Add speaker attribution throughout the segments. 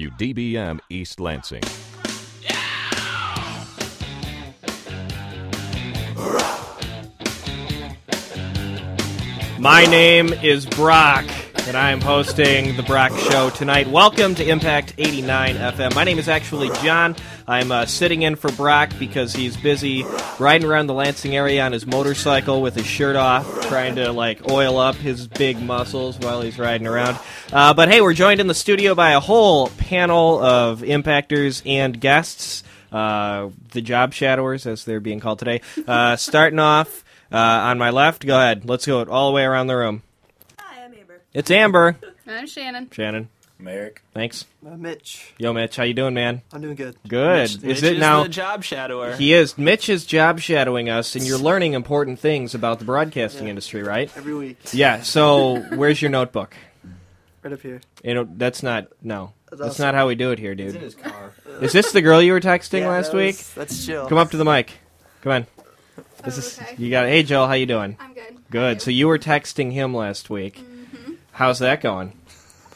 Speaker 1: WDBM East Lansing.
Speaker 2: My name is Brock, and I am hosting the Brock Show tonight. Welcome to Impact 89 FM. My name is actually John. I'm uh, sitting in for Brock because he's busy riding around the Lansing area on his motorcycle with his shirt off, trying to like oil up his big muscles while he's riding around. Uh, but hey, we're joined in the studio by a whole panel of impactors and guests, uh, the job shadowers as they're being called today. Uh, starting off. Uh, on my left, go ahead. Let's go all the way around the room.
Speaker 3: Hi, I'm Amber.
Speaker 2: It's Amber.
Speaker 4: I'm Shannon.
Speaker 2: Shannon,
Speaker 5: Merrick.
Speaker 2: thanks.
Speaker 6: Uh, Mitch,
Speaker 2: Yo, Mitch, how you doing, man?
Speaker 6: I'm doing good.
Speaker 2: Good. is it now?
Speaker 7: the job shadower?
Speaker 2: he is. Mitch is job shadowing us, and you're learning important things about the broadcasting
Speaker 6: Yeah.
Speaker 2: industry, right?
Speaker 6: Every week,
Speaker 2: Yeah. So, where's your notebook?
Speaker 6: right up here.
Speaker 2: You know, that's not. No, that's,
Speaker 6: awesome.
Speaker 2: not how we do it here, dude.
Speaker 7: his car.
Speaker 2: Is this the girl you were texting
Speaker 6: Yeah,
Speaker 2: last
Speaker 6: that was-
Speaker 2: week?
Speaker 6: That's chill.
Speaker 2: Come up to the mic. Come on. This is
Speaker 4: Oh, okay.
Speaker 2: you got. Hey, Joel, how you doing?
Speaker 4: I'm good.
Speaker 2: Good. So you were texting him last week.
Speaker 4: Mm-hmm.
Speaker 2: How's that going?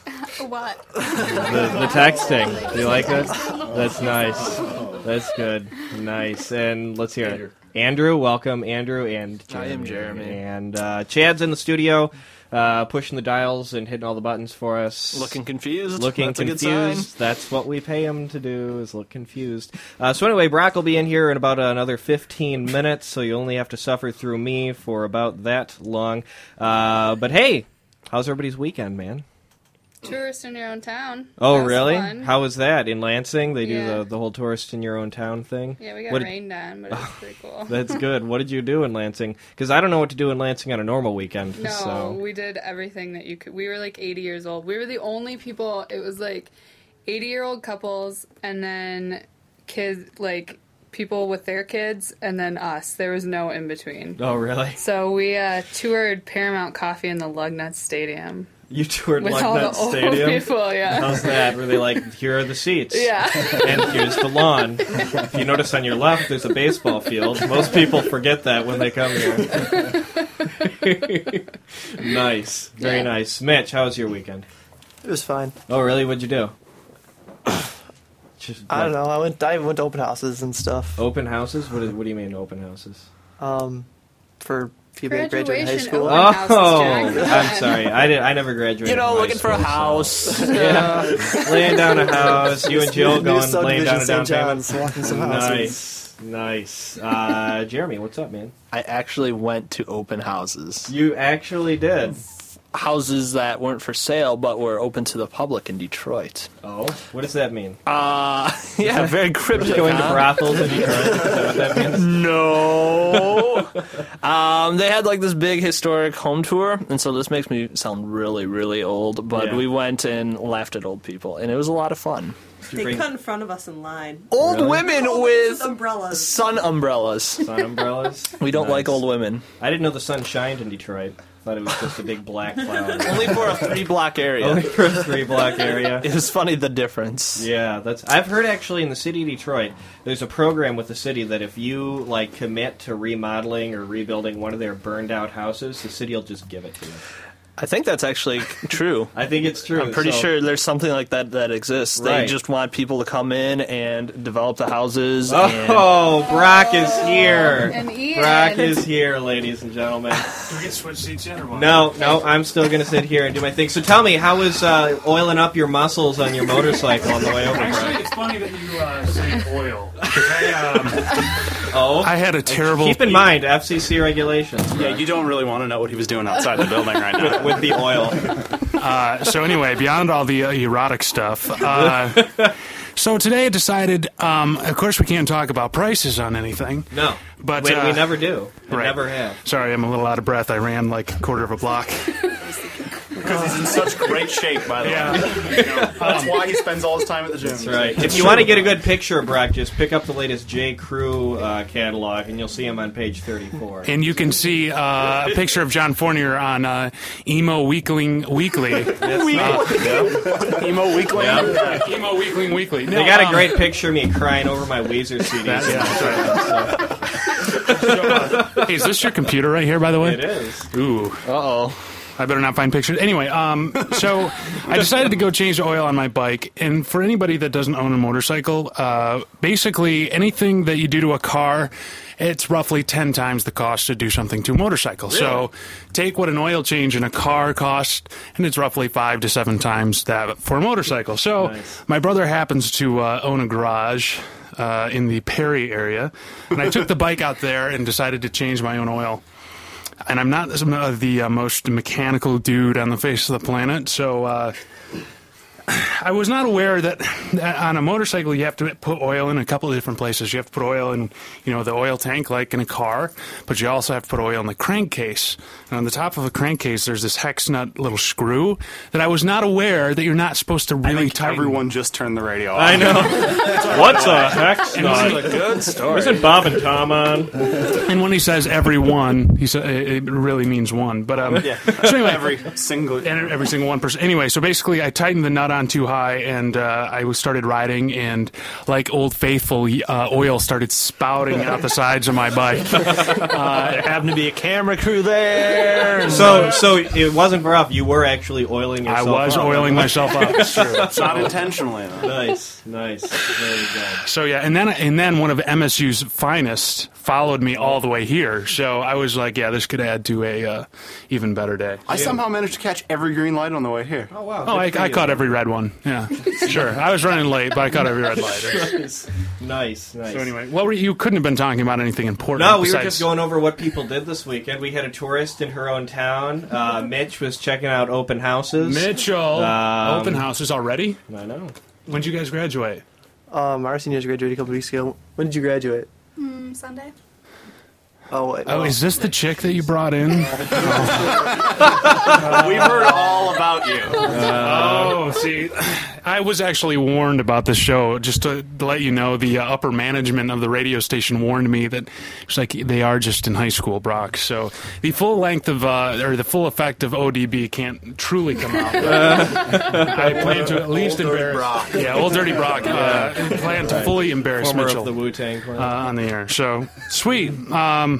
Speaker 4: What?
Speaker 2: the, the texting. Do you like that? That's nice. That's good. Nice. And let's hear it. Andrew, welcome, Andrew, and
Speaker 7: I am Jeremy.
Speaker 2: And uh, Chad's in the studio, uh, pushing the dials and hitting all the buttons for us.
Speaker 7: Looking confused.
Speaker 2: Looking
Speaker 7: That's
Speaker 2: confused.
Speaker 7: A good sign.
Speaker 2: That's what we pay him to do is look confused. Uh, so anyway, Brock will be in here in about another 15 minutes, so you only have to suffer through me for about that long. Uh, but hey, how's everybody's weekend, man?
Speaker 4: Tourist in your own town.
Speaker 2: Oh,
Speaker 4: That's
Speaker 2: really?
Speaker 4: fun.
Speaker 2: How was that in Lansing? They do
Speaker 4: Yeah.
Speaker 2: the, the whole tourist in your own town thing.
Speaker 4: Yeah, we got
Speaker 2: What did-
Speaker 4: rained on, but it was pretty cool.
Speaker 2: That's good. What did you do in Lansing? Because I don't know what to do in Lansing on a normal weekend.
Speaker 4: No,
Speaker 2: So
Speaker 4: we did everything that you could. We were like 80 years old. We were the only people. It was like 80 year old couples, and then kids, like people with their kids, and then us. There was no in between.
Speaker 2: oh, really?
Speaker 4: So we uh, toured Paramount Coffee in the Lugnut Stadium
Speaker 2: You toured
Speaker 4: with all the
Speaker 2: Lucknut
Speaker 4: old
Speaker 2: Stadium.
Speaker 4: people. Yeah,
Speaker 2: How's that? Were they like, here are the seats,
Speaker 4: yeah.
Speaker 2: and here's the lawn. If you notice on your left, there's a baseball field. Most people forget that when they come here. nice, very
Speaker 4: Yeah.
Speaker 2: nice. Mitch, how was your weekend?
Speaker 6: It was fine.
Speaker 2: Oh, really? What'd you do? Just,
Speaker 6: I
Speaker 2: like,
Speaker 6: don't know. I went. I went to open houses and stuff.
Speaker 2: Open houses? What, is, what do you mean open houses?
Speaker 6: Um, for people that graduated high
Speaker 4: Graduation
Speaker 6: school.
Speaker 4: open- houses, Jack.
Speaker 2: Oh, I'm sorry. I did. I never graduated.
Speaker 7: You know,
Speaker 2: from high
Speaker 7: looking for a
Speaker 2: school, so-
Speaker 7: house.
Speaker 2: Yeah, laying down a house. You and Jill
Speaker 6: New
Speaker 2: going laying
Speaker 6: subdivision,
Speaker 2: down a down
Speaker 6: St.
Speaker 2: payment.
Speaker 6: John's, walking some houses.
Speaker 2: Nice, nice. Uh, Jeremy, what's up, man?
Speaker 7: I actually went to open houses.
Speaker 2: You actually did.
Speaker 7: Houses that weren't for sale but were open to the public in Detroit.
Speaker 2: Oh, what does that mean?
Speaker 7: Uh, yeah, very cryptic.
Speaker 2: Going to
Speaker 7: huh?
Speaker 2: brothels in Detroit. Is that what that means?
Speaker 7: No. um, they had like this big historic home tour, and so this makes me sound really, really old. But
Speaker 2: Yeah.
Speaker 7: we went and laughed at old people, and it was a lot of fun.
Speaker 2: Did you
Speaker 3: They
Speaker 2: bring
Speaker 3: cut in front of us in line.
Speaker 7: Old
Speaker 2: Really?
Speaker 7: women
Speaker 3: With
Speaker 7: with
Speaker 3: umbrellas.
Speaker 7: sun umbrellas.
Speaker 2: sun umbrellas.
Speaker 7: We don't like
Speaker 2: Nice.
Speaker 7: old women.
Speaker 2: I didn't know the sun shined in Detroit. Thought it was just a big black cloud.
Speaker 7: Only for a three block
Speaker 2: Only
Speaker 7: area.
Speaker 2: for a three block area.
Speaker 7: It was funny the difference.
Speaker 2: Yeah, that's. I've heard actually in the city of Detroit, there's a program with the city that if you like commit to remodeling or rebuilding one of their burned out houses, the city will just give it to you.
Speaker 7: I think that's actually true.
Speaker 2: I think it's true.
Speaker 7: I'm pretty
Speaker 2: so-
Speaker 7: sure there's something like that that exists. They
Speaker 2: Right.
Speaker 7: just want people to come in and develop the houses. and
Speaker 2: Oh, Brock is here.
Speaker 4: And Ian.
Speaker 2: Brock is here, ladies and gentlemen.
Speaker 8: We can switch seats yet or what?
Speaker 2: No, no, I'm still gonna sit here and do my thing. So tell me, how was uh, oiling up your muscles on your motorcycle on the way over, Brock?
Speaker 8: Actually, it's funny that you uh, say oil. 'cause I, um,
Speaker 2: Oh,
Speaker 8: I had a terrible.
Speaker 2: keep in mind FCC regulations.
Speaker 9: Yeah, you don't really want to know what he was doing outside the building right now.
Speaker 2: with the oil.
Speaker 8: Uh, so anyway, beyond all the uh, erotic stuff. Uh, so today I decided. Um, of course, we can't talk about prices on anything.
Speaker 2: No,
Speaker 8: But,
Speaker 2: we, we
Speaker 8: uh,
Speaker 2: never do. We
Speaker 8: right.
Speaker 2: never have.
Speaker 8: Sorry, I'm a little out of breath. I ran like a quarter of a block.
Speaker 9: He's in such great shape, by the way. You know, that's why he spends all his time at the gym. That's
Speaker 2: Right. If you want to get a good picture of Brock, just pick up the latest J. Crew uh, catalog, and you'll see him on page 34.
Speaker 8: And you can see uh, a picture of John Fournier on uh, Emo Weekling Weekly. Uh,
Speaker 9: Emo Weekly.
Speaker 8: Emo Weekling Weekly. No,
Speaker 2: They got a
Speaker 8: um,
Speaker 2: great picture of me crying over my Weezer CDs.
Speaker 8: That- yeah, Hey, is this your computer right here, by the way?
Speaker 2: It is.
Speaker 8: Ooh.
Speaker 7: Uh oh.
Speaker 8: I better not find pictures. Anyway, um, so I decided to go change the oil on my bike. And for anybody that doesn't own a motorcycle, uh, basically anything that you do to a car, it's roughly 10 times the cost to do something to a motorcycle. So take what an oil change in a car costs, and it's roughly five to seven times that for a motorcycle. So my brother happens to uh, own a garage. Uh, in the Perry area, and I took the bike out there and decided to change my own oil and I'm not the, uh, the uh, most mechanical dude on the face of the planet, so uh, I was not aware that that on a motorcycle you have to put oil in a couple of different places. You have to put oil in, you know, the oil tank like in a car, but you also have to put oil in the crankcase. And on the top of a crankcase, there's this hex nut little screw that I was not aware that you're not supposed to
Speaker 9: I
Speaker 8: really
Speaker 9: think
Speaker 8: tighten.
Speaker 9: everyone just turned the radio off.
Speaker 2: I know. What's a hex
Speaker 8: nut?
Speaker 7: Good story.
Speaker 2: Isn't Bob and Tom on?
Speaker 8: And when he says everyone, he sa- it it really means one. But um, so anyway,
Speaker 9: Every single.
Speaker 8: and every single one person. Anyway, so basically, I tightened the nut on too high, and uh, I was started riding, and like Old Faithful, uh, oil started spouting out the sides of my bike.
Speaker 7: There Uh, happened to be a camera crew there. and-
Speaker 2: So, so it wasn't rough. You were actually oiling
Speaker 8: I
Speaker 2: yourself.
Speaker 8: was
Speaker 2: up.
Speaker 8: oiling myself up.
Speaker 9: It's not intentionally. Though.
Speaker 2: Nice, nice, very good.
Speaker 8: So yeah, and then and then one of MSU's finest followed me all the way here. So I was like, yeah, this could add to a uh, even better day.
Speaker 9: I somehow managed to catch every green light on the way here.
Speaker 2: Oh wow!
Speaker 8: Oh, I,
Speaker 2: good for
Speaker 8: I
Speaker 2: you.
Speaker 8: caught every red one. Yeah, sure. I was running late, but I caught every red light.
Speaker 2: Nice, nice.
Speaker 8: So anyway, well, you couldn't have been talking about anything important.
Speaker 2: No, we were
Speaker 8: besides-
Speaker 2: just going over what people did this weekend. We had a tourist in her own town. Uh, Mitch was checking out open houses.
Speaker 8: Mitchell,
Speaker 2: Um,
Speaker 8: open houses already.
Speaker 2: I know.
Speaker 8: When did you guys graduate?
Speaker 6: Um, our seniors graduated a couple weeks ago. When did you graduate?
Speaker 10: Hmm,
Speaker 3: Mm, Sunday.
Speaker 6: Oh, wait.
Speaker 8: Oh, is this the chick that you brought in?
Speaker 9: We heard all about you.
Speaker 8: oh, see, I was actually warned about this show. Just to let you know, the uh, upper management of the radio station warned me that it's like they are just in high school, Brock. So the full length of uh, or the full effect of ODB can't truly come out. I plan to at least embarrass.
Speaker 9: Brock.
Speaker 8: Yeah, old dirty Brock. Uh, plan to fully embarrass
Speaker 2: Former
Speaker 8: Mitchell.
Speaker 2: of the Wu Tang Clan.
Speaker 8: uh, on the air. So sweet. Um,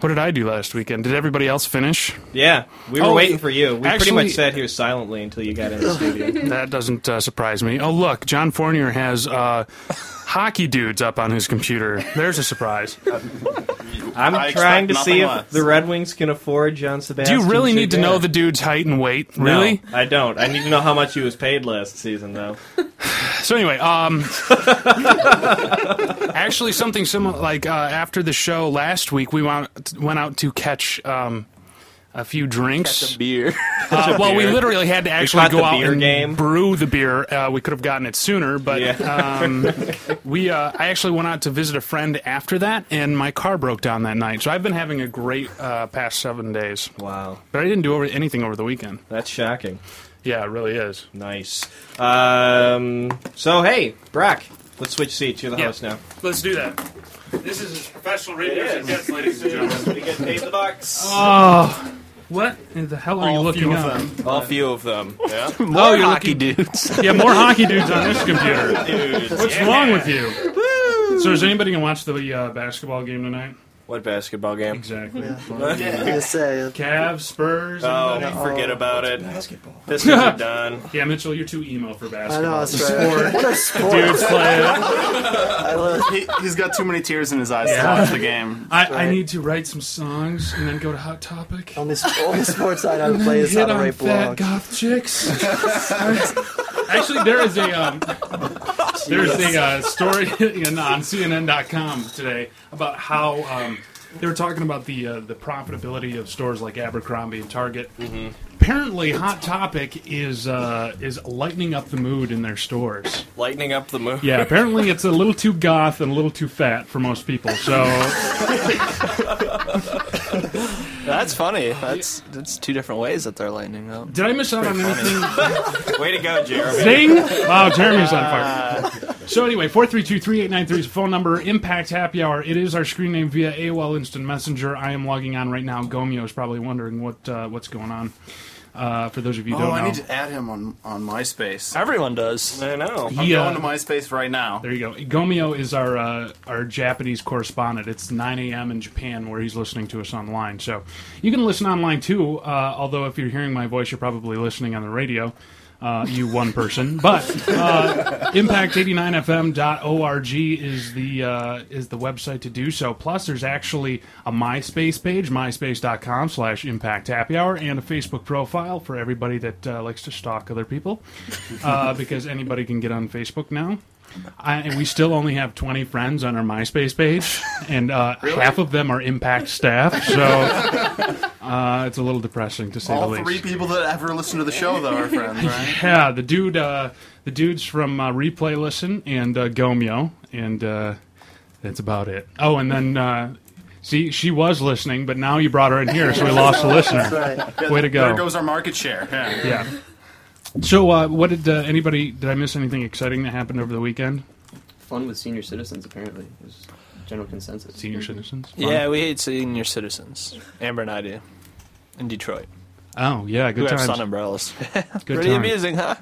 Speaker 8: what did I do last weekend? Did everybody else finish?
Speaker 2: yeah, we were
Speaker 8: oh,
Speaker 2: waiting for you. We pretty
Speaker 8: actually-
Speaker 2: much sat here silently until you got in the studio.
Speaker 8: That doesn't uh, surprise me. Oh look, John Fournier has uh, hockey dudes up on his computer. There's a surprise.
Speaker 2: I'm
Speaker 9: I
Speaker 2: trying
Speaker 9: expect
Speaker 2: to
Speaker 9: nothing
Speaker 2: see if
Speaker 9: less.
Speaker 2: the Red Wings can afford John
Speaker 8: Do
Speaker 2: Sebastian.
Speaker 8: you really need to
Speaker 2: Gignac.
Speaker 8: know the dude's height and weight?
Speaker 2: No,
Speaker 8: Really?
Speaker 2: I don't. I need to know how much he was paid last season, though.
Speaker 8: So anyway, um, actually something similar. Like uh, after the show last week, we went went out to catch. Um, a few drinks.
Speaker 7: beer.
Speaker 8: Uh, well, we literally had to actually
Speaker 2: caught
Speaker 8: go
Speaker 2: the
Speaker 8: out
Speaker 2: beer
Speaker 8: and
Speaker 2: game.
Speaker 8: brew the beer. Uh, we could have gotten it sooner, but
Speaker 2: Yeah.
Speaker 8: um, we. Uh, I actually went out to visit a friend after that, and my car broke down that night. So I've been having a great uh, past seven days,
Speaker 2: Wow,
Speaker 8: but I didn't do over anything over the weekend.
Speaker 2: that's shocking.
Speaker 8: Yeah, it really is.
Speaker 2: Nice. Um, so hey, Brock, let's switch seats. You're the
Speaker 8: Yeah.
Speaker 2: host now.
Speaker 8: Let's do that. This is as professional radio as it gets, ladies and gentlemen.
Speaker 2: We get paid the bucks.
Speaker 8: Oh, what in the hell are you looking up?
Speaker 6: Oh,
Speaker 9: A few of them. Yeah.
Speaker 8: Oh, you're hockey dudes. yeah, more hockey dudes on this computer. What's wrong with you? So, is anybody gonna watch the uh, basketball game tonight?
Speaker 9: What basketball game?
Speaker 8: Exactly.
Speaker 6: I was gonna say,
Speaker 8: Cavs, Spurs.
Speaker 9: Oh,
Speaker 8: anybody?
Speaker 9: forget about it. This is done.
Speaker 8: Yeah, Mitchell, you're too emo for
Speaker 6: I know, that's
Speaker 8: basketball.
Speaker 6: right. What a sport.
Speaker 8: Dudes play it.
Speaker 6: I love
Speaker 9: He, he's got too many tears in his eyes to watch the game.
Speaker 8: I, I need to write some songs and then go to Hot Topic.
Speaker 6: Only, sp- only sports I know to play is how
Speaker 8: Hit
Speaker 6: to
Speaker 8: on
Speaker 6: write
Speaker 8: fat
Speaker 6: blog.
Speaker 8: goth chicks. Actually, there is a um, there's a uh, story in, on CNN.com today about how um, they were talking about the uh, the profitability of stores like Abercrombie and Target.
Speaker 9: Mm-hmm.
Speaker 8: Apparently, Hot Topic is uh, is lightening up the mood in their stores.
Speaker 9: Lightening up the mood.
Speaker 8: Yeah, apparently it's a little too goth and a little too fat for most people. So
Speaker 7: That's funny. That's that's two different ways that they're lighting up.
Speaker 8: did I miss out on anything?
Speaker 9: Way to go, Jeremy.
Speaker 8: Zing! Wow, Jeremy's on
Speaker 2: Uh,
Speaker 8: fire. So anyway, 432-3893 is the phone number. Impact Happy Hour. It is our screen name via AOL Instant Messenger. I am logging on right now. Gomeo is probably wondering what uh, what's going on. Uh, for those of you who
Speaker 9: Oh,
Speaker 8: don't
Speaker 9: I
Speaker 8: know,
Speaker 9: need to add him on on MySpace.
Speaker 7: Everyone does.
Speaker 2: I know.
Speaker 9: I'm
Speaker 8: He, uh,
Speaker 9: going to MySpace right now.
Speaker 8: There you go. Gomio is our uh, our Japanese correspondent. It's 9 a.m. in Japan where he's listening to us online. So you can listen online too. Uh, although if you're hearing my voice, you're probably listening on the radio. Uh, you one person, but uh, impact89fm.org is the uh, is the website to do so. Plus, there's actually a MySpace page, myspace.com/slash Impact Happy Hour, and a Facebook profile for everybody that uh, likes to stalk other people, uh, because anybody can get on Facebook now. I, and we still only have 20 friends on our MySpace page, and uh, half of them are Impact staff. So uh, it's a little depressing to say
Speaker 9: All
Speaker 8: the least.
Speaker 9: three people that ever listen to the show, though, are friends, right?
Speaker 8: yeah, the dude, uh, the dudes from uh, Replay Listen and uh, Gomeo, and uh, that's about it. Oh, and then uh, see, she was listening, but now you brought her in here, so we lost a listener.
Speaker 6: Right.
Speaker 8: Way to
Speaker 9: There
Speaker 8: go!
Speaker 9: goes our market share. Yeah.
Speaker 8: Yeah. So, uh, what did uh, anybody? Did I miss anything exciting that happened over the weekend?
Speaker 5: Fun with senior citizens, apparently. Is general consensus.
Speaker 8: Senior citizens.
Speaker 7: Yeah, we hate senior citizens. Amber and I do. In Detroit.
Speaker 8: Oh yeah,
Speaker 7: Who
Speaker 8: good
Speaker 7: have
Speaker 8: times.
Speaker 7: sun umbrellas.
Speaker 8: Good
Speaker 7: Pretty
Speaker 8: times.
Speaker 7: amusing, huh?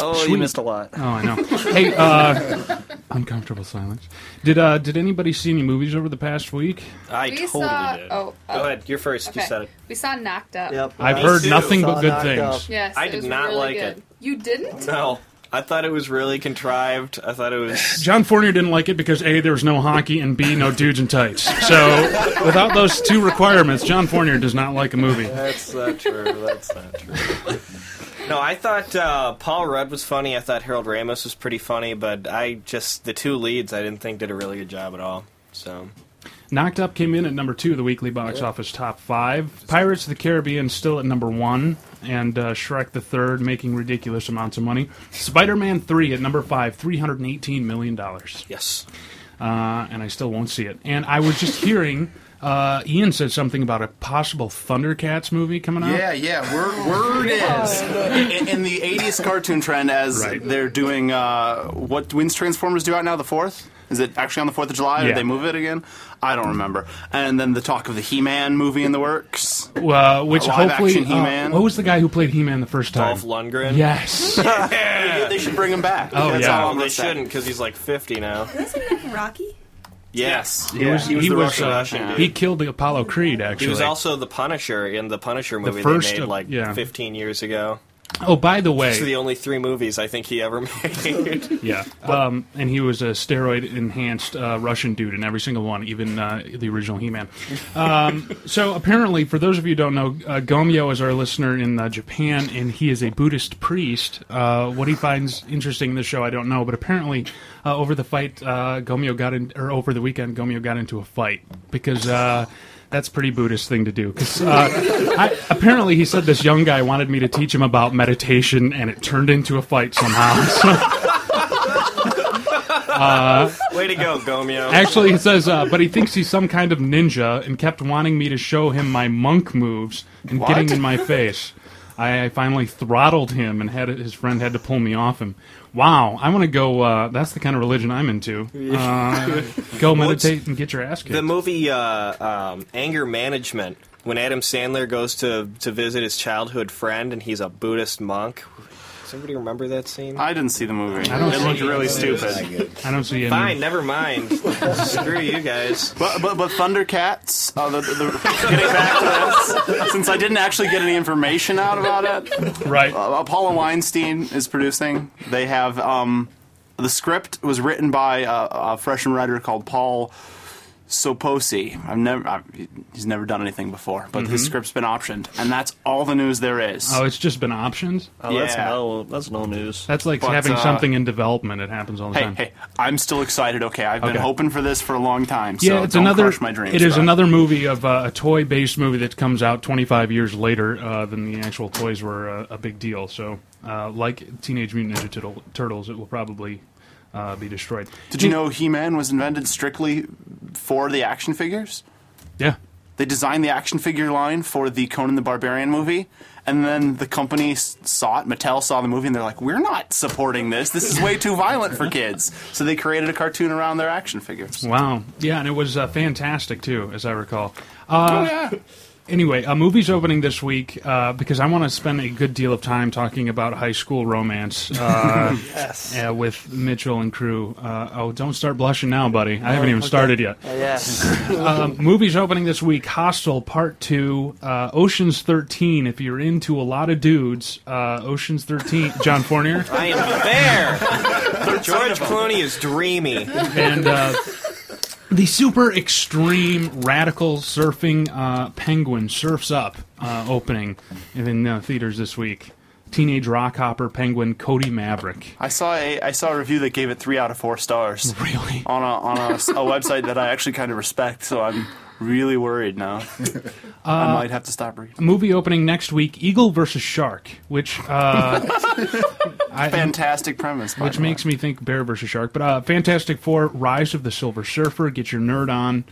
Speaker 7: Oh,
Speaker 8: Sweet.
Speaker 7: you missed a lot.
Speaker 8: Oh, I know. hey, uh, uncomfortable silence. Did uh, did anybody see any movies over the past week?
Speaker 7: I
Speaker 4: we
Speaker 7: totally
Speaker 4: saw.
Speaker 7: did.
Speaker 4: Oh,
Speaker 2: Go
Speaker 4: oh,
Speaker 2: ahead. You're first. You
Speaker 4: okay.
Speaker 2: said it.
Speaker 4: We saw Knocked Up.
Speaker 6: Yep.
Speaker 8: I've
Speaker 6: Uh,
Speaker 8: heard
Speaker 2: too.
Speaker 8: nothing but
Speaker 6: Saw
Speaker 8: good
Speaker 6: knocked
Speaker 8: things.
Speaker 4: Yes,
Speaker 2: I
Speaker 4: it
Speaker 2: did
Speaker 4: was
Speaker 2: not
Speaker 4: really
Speaker 2: like
Speaker 4: good.
Speaker 2: it.
Speaker 4: You didn't?
Speaker 2: No, I thought it was really contrived. I thought it was.
Speaker 8: John Fournier didn't like it because a there was no hockey and b no dudes in tights. So without those two requirements, John Fournier does not like a movie.
Speaker 2: That's not true. That's not true. No, I thought uh, Paul Rudd was funny. I thought Harold Ramos was pretty funny, but I just the two leads I didn't think did a really good job at all. So
Speaker 8: Knocked Up came in at number two of the weekly box office top five. Pirates of the Caribbean still at number one, and uh, Shrek the Third making ridiculous amounts of money. Spider Man Three at number five, three hundred and eighteen million dollars.
Speaker 2: yes,
Speaker 8: uh, and I still won't see it. And I was just hearing uh, Ian said something about a possible Thundercats movie coming out.
Speaker 9: Yeah, yeah. Word, word is in, in the '80s cartoon trend, as
Speaker 8: Right.
Speaker 9: they're doing uh, what when's Transformers do out now? The fourth? Is it actually on the fourth of July? Did
Speaker 8: Yeah.
Speaker 9: they move it again? I don't remember. And then the talk of the He-Man movie in the works.
Speaker 8: Uh, which
Speaker 9: Live
Speaker 8: hopefully,
Speaker 9: action He-Man?
Speaker 8: uh, what was the guy who played He-Man the first time?
Speaker 2: Dolph Lundgren.
Speaker 8: Yes.
Speaker 9: They should bring him back.
Speaker 8: Oh,
Speaker 9: That's
Speaker 8: yeah.
Speaker 9: all
Speaker 2: Oh,
Speaker 9: I'm
Speaker 2: they
Speaker 9: gonna say.
Speaker 2: shouldn't because he's like 50 now.
Speaker 3: Wasn't he from Rocky?
Speaker 2: Yes.
Speaker 9: Yeah,
Speaker 8: was-
Speaker 9: he was
Speaker 8: he
Speaker 9: the
Speaker 8: was,
Speaker 9: Russian
Speaker 8: uh,
Speaker 9: Russian dude.
Speaker 8: he killed the Apollo Creed. Actually,
Speaker 2: He was also the Punisher in the Punisher movie
Speaker 8: first
Speaker 2: they made
Speaker 8: of-
Speaker 2: like
Speaker 8: yeah.
Speaker 2: 15 years ago.
Speaker 8: Oh, by the way,
Speaker 2: Those are the only three movies I think he ever made.
Speaker 8: yeah. Um, and he was a steroid-enhanced uh, Russian dude in every single one, even uh, the original He-Man. Um, so apparently, for those of you who don't know, uh, Gomyo is our listener in uh, Japan, and he is a Buddhist priest. Uh, what he finds interesting in the show, I don't know, but apparently, uh, over the fight, uh, Gomyo got in, or over the weekend, Gomyo got into a fight because. Uh, that's a pretty Buddhist thing to do. 'cause, uh, I, apparently, he said this young guy wanted me to teach him about meditation, and it turned into a fight somehow. So
Speaker 2: Way to go, Gomeo.
Speaker 8: Uh, Actually, it says, uh, but he thinks he's some kind of ninja and kept wanting me to show him my monk moves and getting in my face. I, I finally throttled him, and had his friend had to pull me off him. Wow, I want to go. Uh, that's the kind of religion I'm into. Uh, go meditate and get your ass kicked.
Speaker 2: The movie uh, um, Anger Management, when Adam Sandler goes to, to visit his childhood friend and he's a Buddhist monk. Does anybody remember that scene?
Speaker 9: I didn't see the movie.
Speaker 8: don't
Speaker 9: it
Speaker 8: see
Speaker 9: looked
Speaker 8: it.
Speaker 9: really stupid.
Speaker 8: I don't see any.
Speaker 2: Fine, never mind. Screw you guys.
Speaker 9: But, but, but Thundercats, uh, the, the, the, getting back to this, since I didn't actually get any information out about it,
Speaker 8: Right.
Speaker 9: uh, Paula Weinstein is producing. They have um, the script was written by a, a freshman writer called Paul Soposi. I've never i he's never done anything before, but his script's been optioned, and that's all the news there is.
Speaker 8: Mm-hmm. Oh, it's just been options.
Speaker 7: Oh, that's
Speaker 9: Yeah.
Speaker 7: no, that's no news.
Speaker 8: That's like
Speaker 9: But,
Speaker 8: having
Speaker 9: uh,
Speaker 8: something in development. It happens all the
Speaker 9: Hey,
Speaker 8: time.
Speaker 9: hey! I'm still excited. Okay, I've been
Speaker 8: Okay.
Speaker 9: hoping for this for a long time. So
Speaker 8: Yeah, it's
Speaker 9: don't
Speaker 8: another.
Speaker 9: Crush my dreams,
Speaker 8: it is
Speaker 9: but-
Speaker 8: another movie of uh, a toy-based movie that comes out 25 years later uh, than the actual toys were uh, a big deal. So, uh, like Teenage Mutant Ninja Turtle, Turtles, it will probably uh, be destroyed.
Speaker 9: Did you know He-Man was invented strictly for the action figures?
Speaker 8: Yeah.
Speaker 9: They designed the action figure line for the Conan the Barbarian movie, and then the company s- saw it. Mattel saw the movie, and they're like, "We're not supporting this. This is way too violent for kids." So they created a cartoon around their action figures. Oh,
Speaker 8: Wow. Yeah, and it was uh, fantastic too, as I recall. Uh, Anyway, a movie's opening this week uh, because I want to spend a good deal of time talking about high school romance uh, uh, with Mitchell and crew. Uh, oh, don't start blushing now, buddy. I
Speaker 9: Oh,
Speaker 8: haven't even started yet.
Speaker 6: yes.
Speaker 8: Um, movies opening this week: Hostel Part Two, uh, Ocean's Thirteen. If you're into a lot of dudes, uh, Ocean's Thirteen. John Fournier
Speaker 2: I am there. George Clooney is dreamy.
Speaker 8: and uh, the super extreme radical surfing uh, penguin surfs up uh, opening in uh, theaters this week. Teenage rock hopper penguin Cody Maverick.
Speaker 9: I saw a I saw a review that gave it three out of four stars. Really? On a on a, s- a website that I actually kind of respect, so I'm really worried now.
Speaker 8: Uh,
Speaker 9: I might have to stop reading.
Speaker 8: Movie opening next week: Eagle versus Shark, which uh, I,
Speaker 9: Fantastic premise, by
Speaker 8: which
Speaker 9: the way.
Speaker 8: makes me think Bear versus Shark. But uh, Fantastic Four: Rise of the Silver Surfer. Get your nerd on,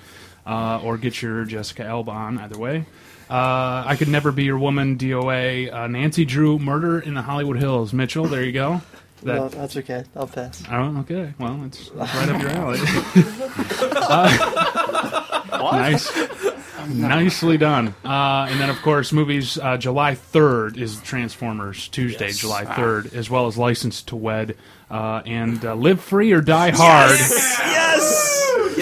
Speaker 8: uh, or get your Jessica Alba on. Either way, uh, I could never be your woman. DOA. Uh, Nancy Drew. Murder in the Hollywood Hills. Mitchell. There you go. That-
Speaker 6: no, that's okay. I'll pass.
Speaker 8: Oh, okay. Well, it's it's right up your alley. Uh, nice. Nicely done. Uh, and then, of course, movies. Uh, July 3rd is Transformers Tuesday, July 3rd, as well as License to Wed uh, and uh, Live Free or Die Hard.
Speaker 2: Yes.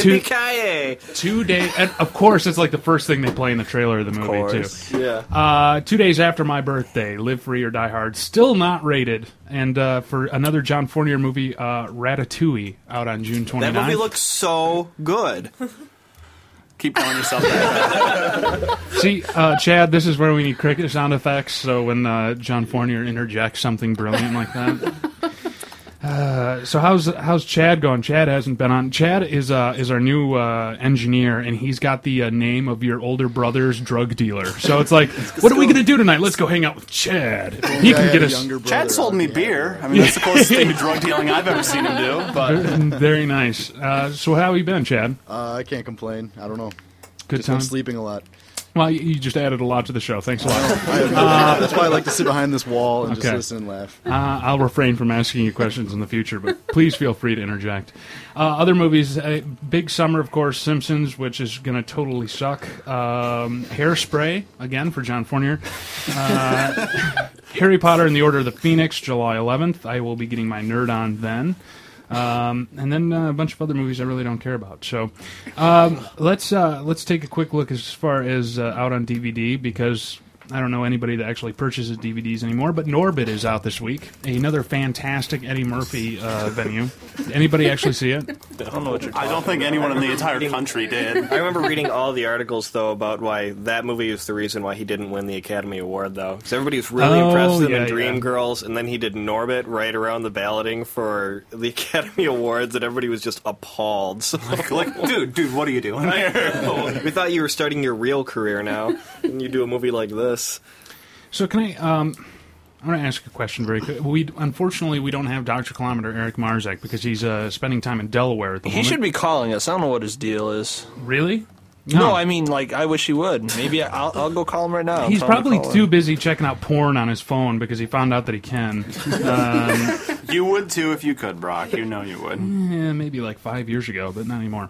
Speaker 8: Two-
Speaker 2: Yippee-ki-yay.
Speaker 8: Two days. And of course, it's like the first thing they play in the trailer of the movie, too.
Speaker 5: Yeah.
Speaker 8: Uh, two days after my birthday, Live Free or Die Hard, still not rated. And uh, for another John Fournier movie, uh, Ratatouille, out on June 29th.
Speaker 2: That movie looks so good.
Speaker 9: Keep telling yourself that.
Speaker 8: See, uh, Chad, this is where we need cricket sound effects. So when uh, John Fournier interjects something brilliant like that. Uh, so how's how's Chad going? Chad hasn't been on. Chad is uh, is our new uh, engineer, and he's got the uh, name of your older brother's drug dealer. So it's like, what are we gonna do tonight? Let's go hang out with Chad. He
Speaker 11: I
Speaker 8: can
Speaker 11: had
Speaker 8: get
Speaker 11: a
Speaker 8: us
Speaker 11: younger brother
Speaker 9: Chad sold
Speaker 11: out
Speaker 9: me
Speaker 11: there.
Speaker 9: beer. I mean, that's the closest thing to drug dealing I've ever seen him do. But
Speaker 8: Very nice. Uh, so how you been, Chad?
Speaker 11: Uh, I can't complain. I don't know.
Speaker 8: Good
Speaker 11: Just
Speaker 8: time.
Speaker 11: been sleeping a lot.
Speaker 8: Well, you- you just added a lot to the show. Thanks a lot.
Speaker 11: I have no- that's why I like to sit behind this wall and
Speaker 8: Okay.
Speaker 11: just listen and laugh.
Speaker 8: Uh, I'll refrain from asking you questions in the future, but please feel free to interject. Uh, other movies, uh, big summer, of course, Simpsons, which is going to totally suck. Um, Hairspray, again, for John Fournier. Uh, Harry Potter and the Order of the Phoenix, July 11th. I will be getting my nerd on then. Um, and then uh, a bunch of other movies I really don't care about. So um, let's uh, let's take a quick look as far as uh, out on DVD because I don't know anybody that actually purchases DVDs anymore. But Norbit is out this week, another fantastic Eddie Murphy uh, venue. Did anybody actually see it?
Speaker 7: I don't know what you're
Speaker 9: I
Speaker 7: talking
Speaker 9: don't think anyone in the entire country did.
Speaker 2: I remember reading all the articles though about why that movie was the reason why he didn't win the Academy Award though, because everybody was really
Speaker 8: Oh,
Speaker 2: impressed with him
Speaker 8: yeah,
Speaker 2: in
Speaker 8: yeah.
Speaker 2: Dreamgirls, and then he did Norbit right around the balloting for the Academy Awards, and everybody was just appalled. So
Speaker 9: Like, dude, dude, what are you doing here?
Speaker 2: we thought you were starting your real career now, and you do a movie like this.
Speaker 8: So can I? Um, I want to ask a question very quick. We unfortunately we don't have Doctor Kilometer Eric Marzak because he's uh, spending time in Delaware at the
Speaker 7: He
Speaker 8: moment.
Speaker 7: should be calling us. I don't know what his deal is.
Speaker 8: really.
Speaker 7: No, I mean, like, I wish he would. Maybe I- I'll, I'll go call him right now.
Speaker 8: He's
Speaker 7: Tell him to
Speaker 8: probably
Speaker 7: call
Speaker 8: too
Speaker 7: in.
Speaker 8: busy checking out porn on his phone because he found out that he can. um,
Speaker 9: you would too if you could, Brock. You know you would.
Speaker 8: eh, maybe like five years ago, but not anymore.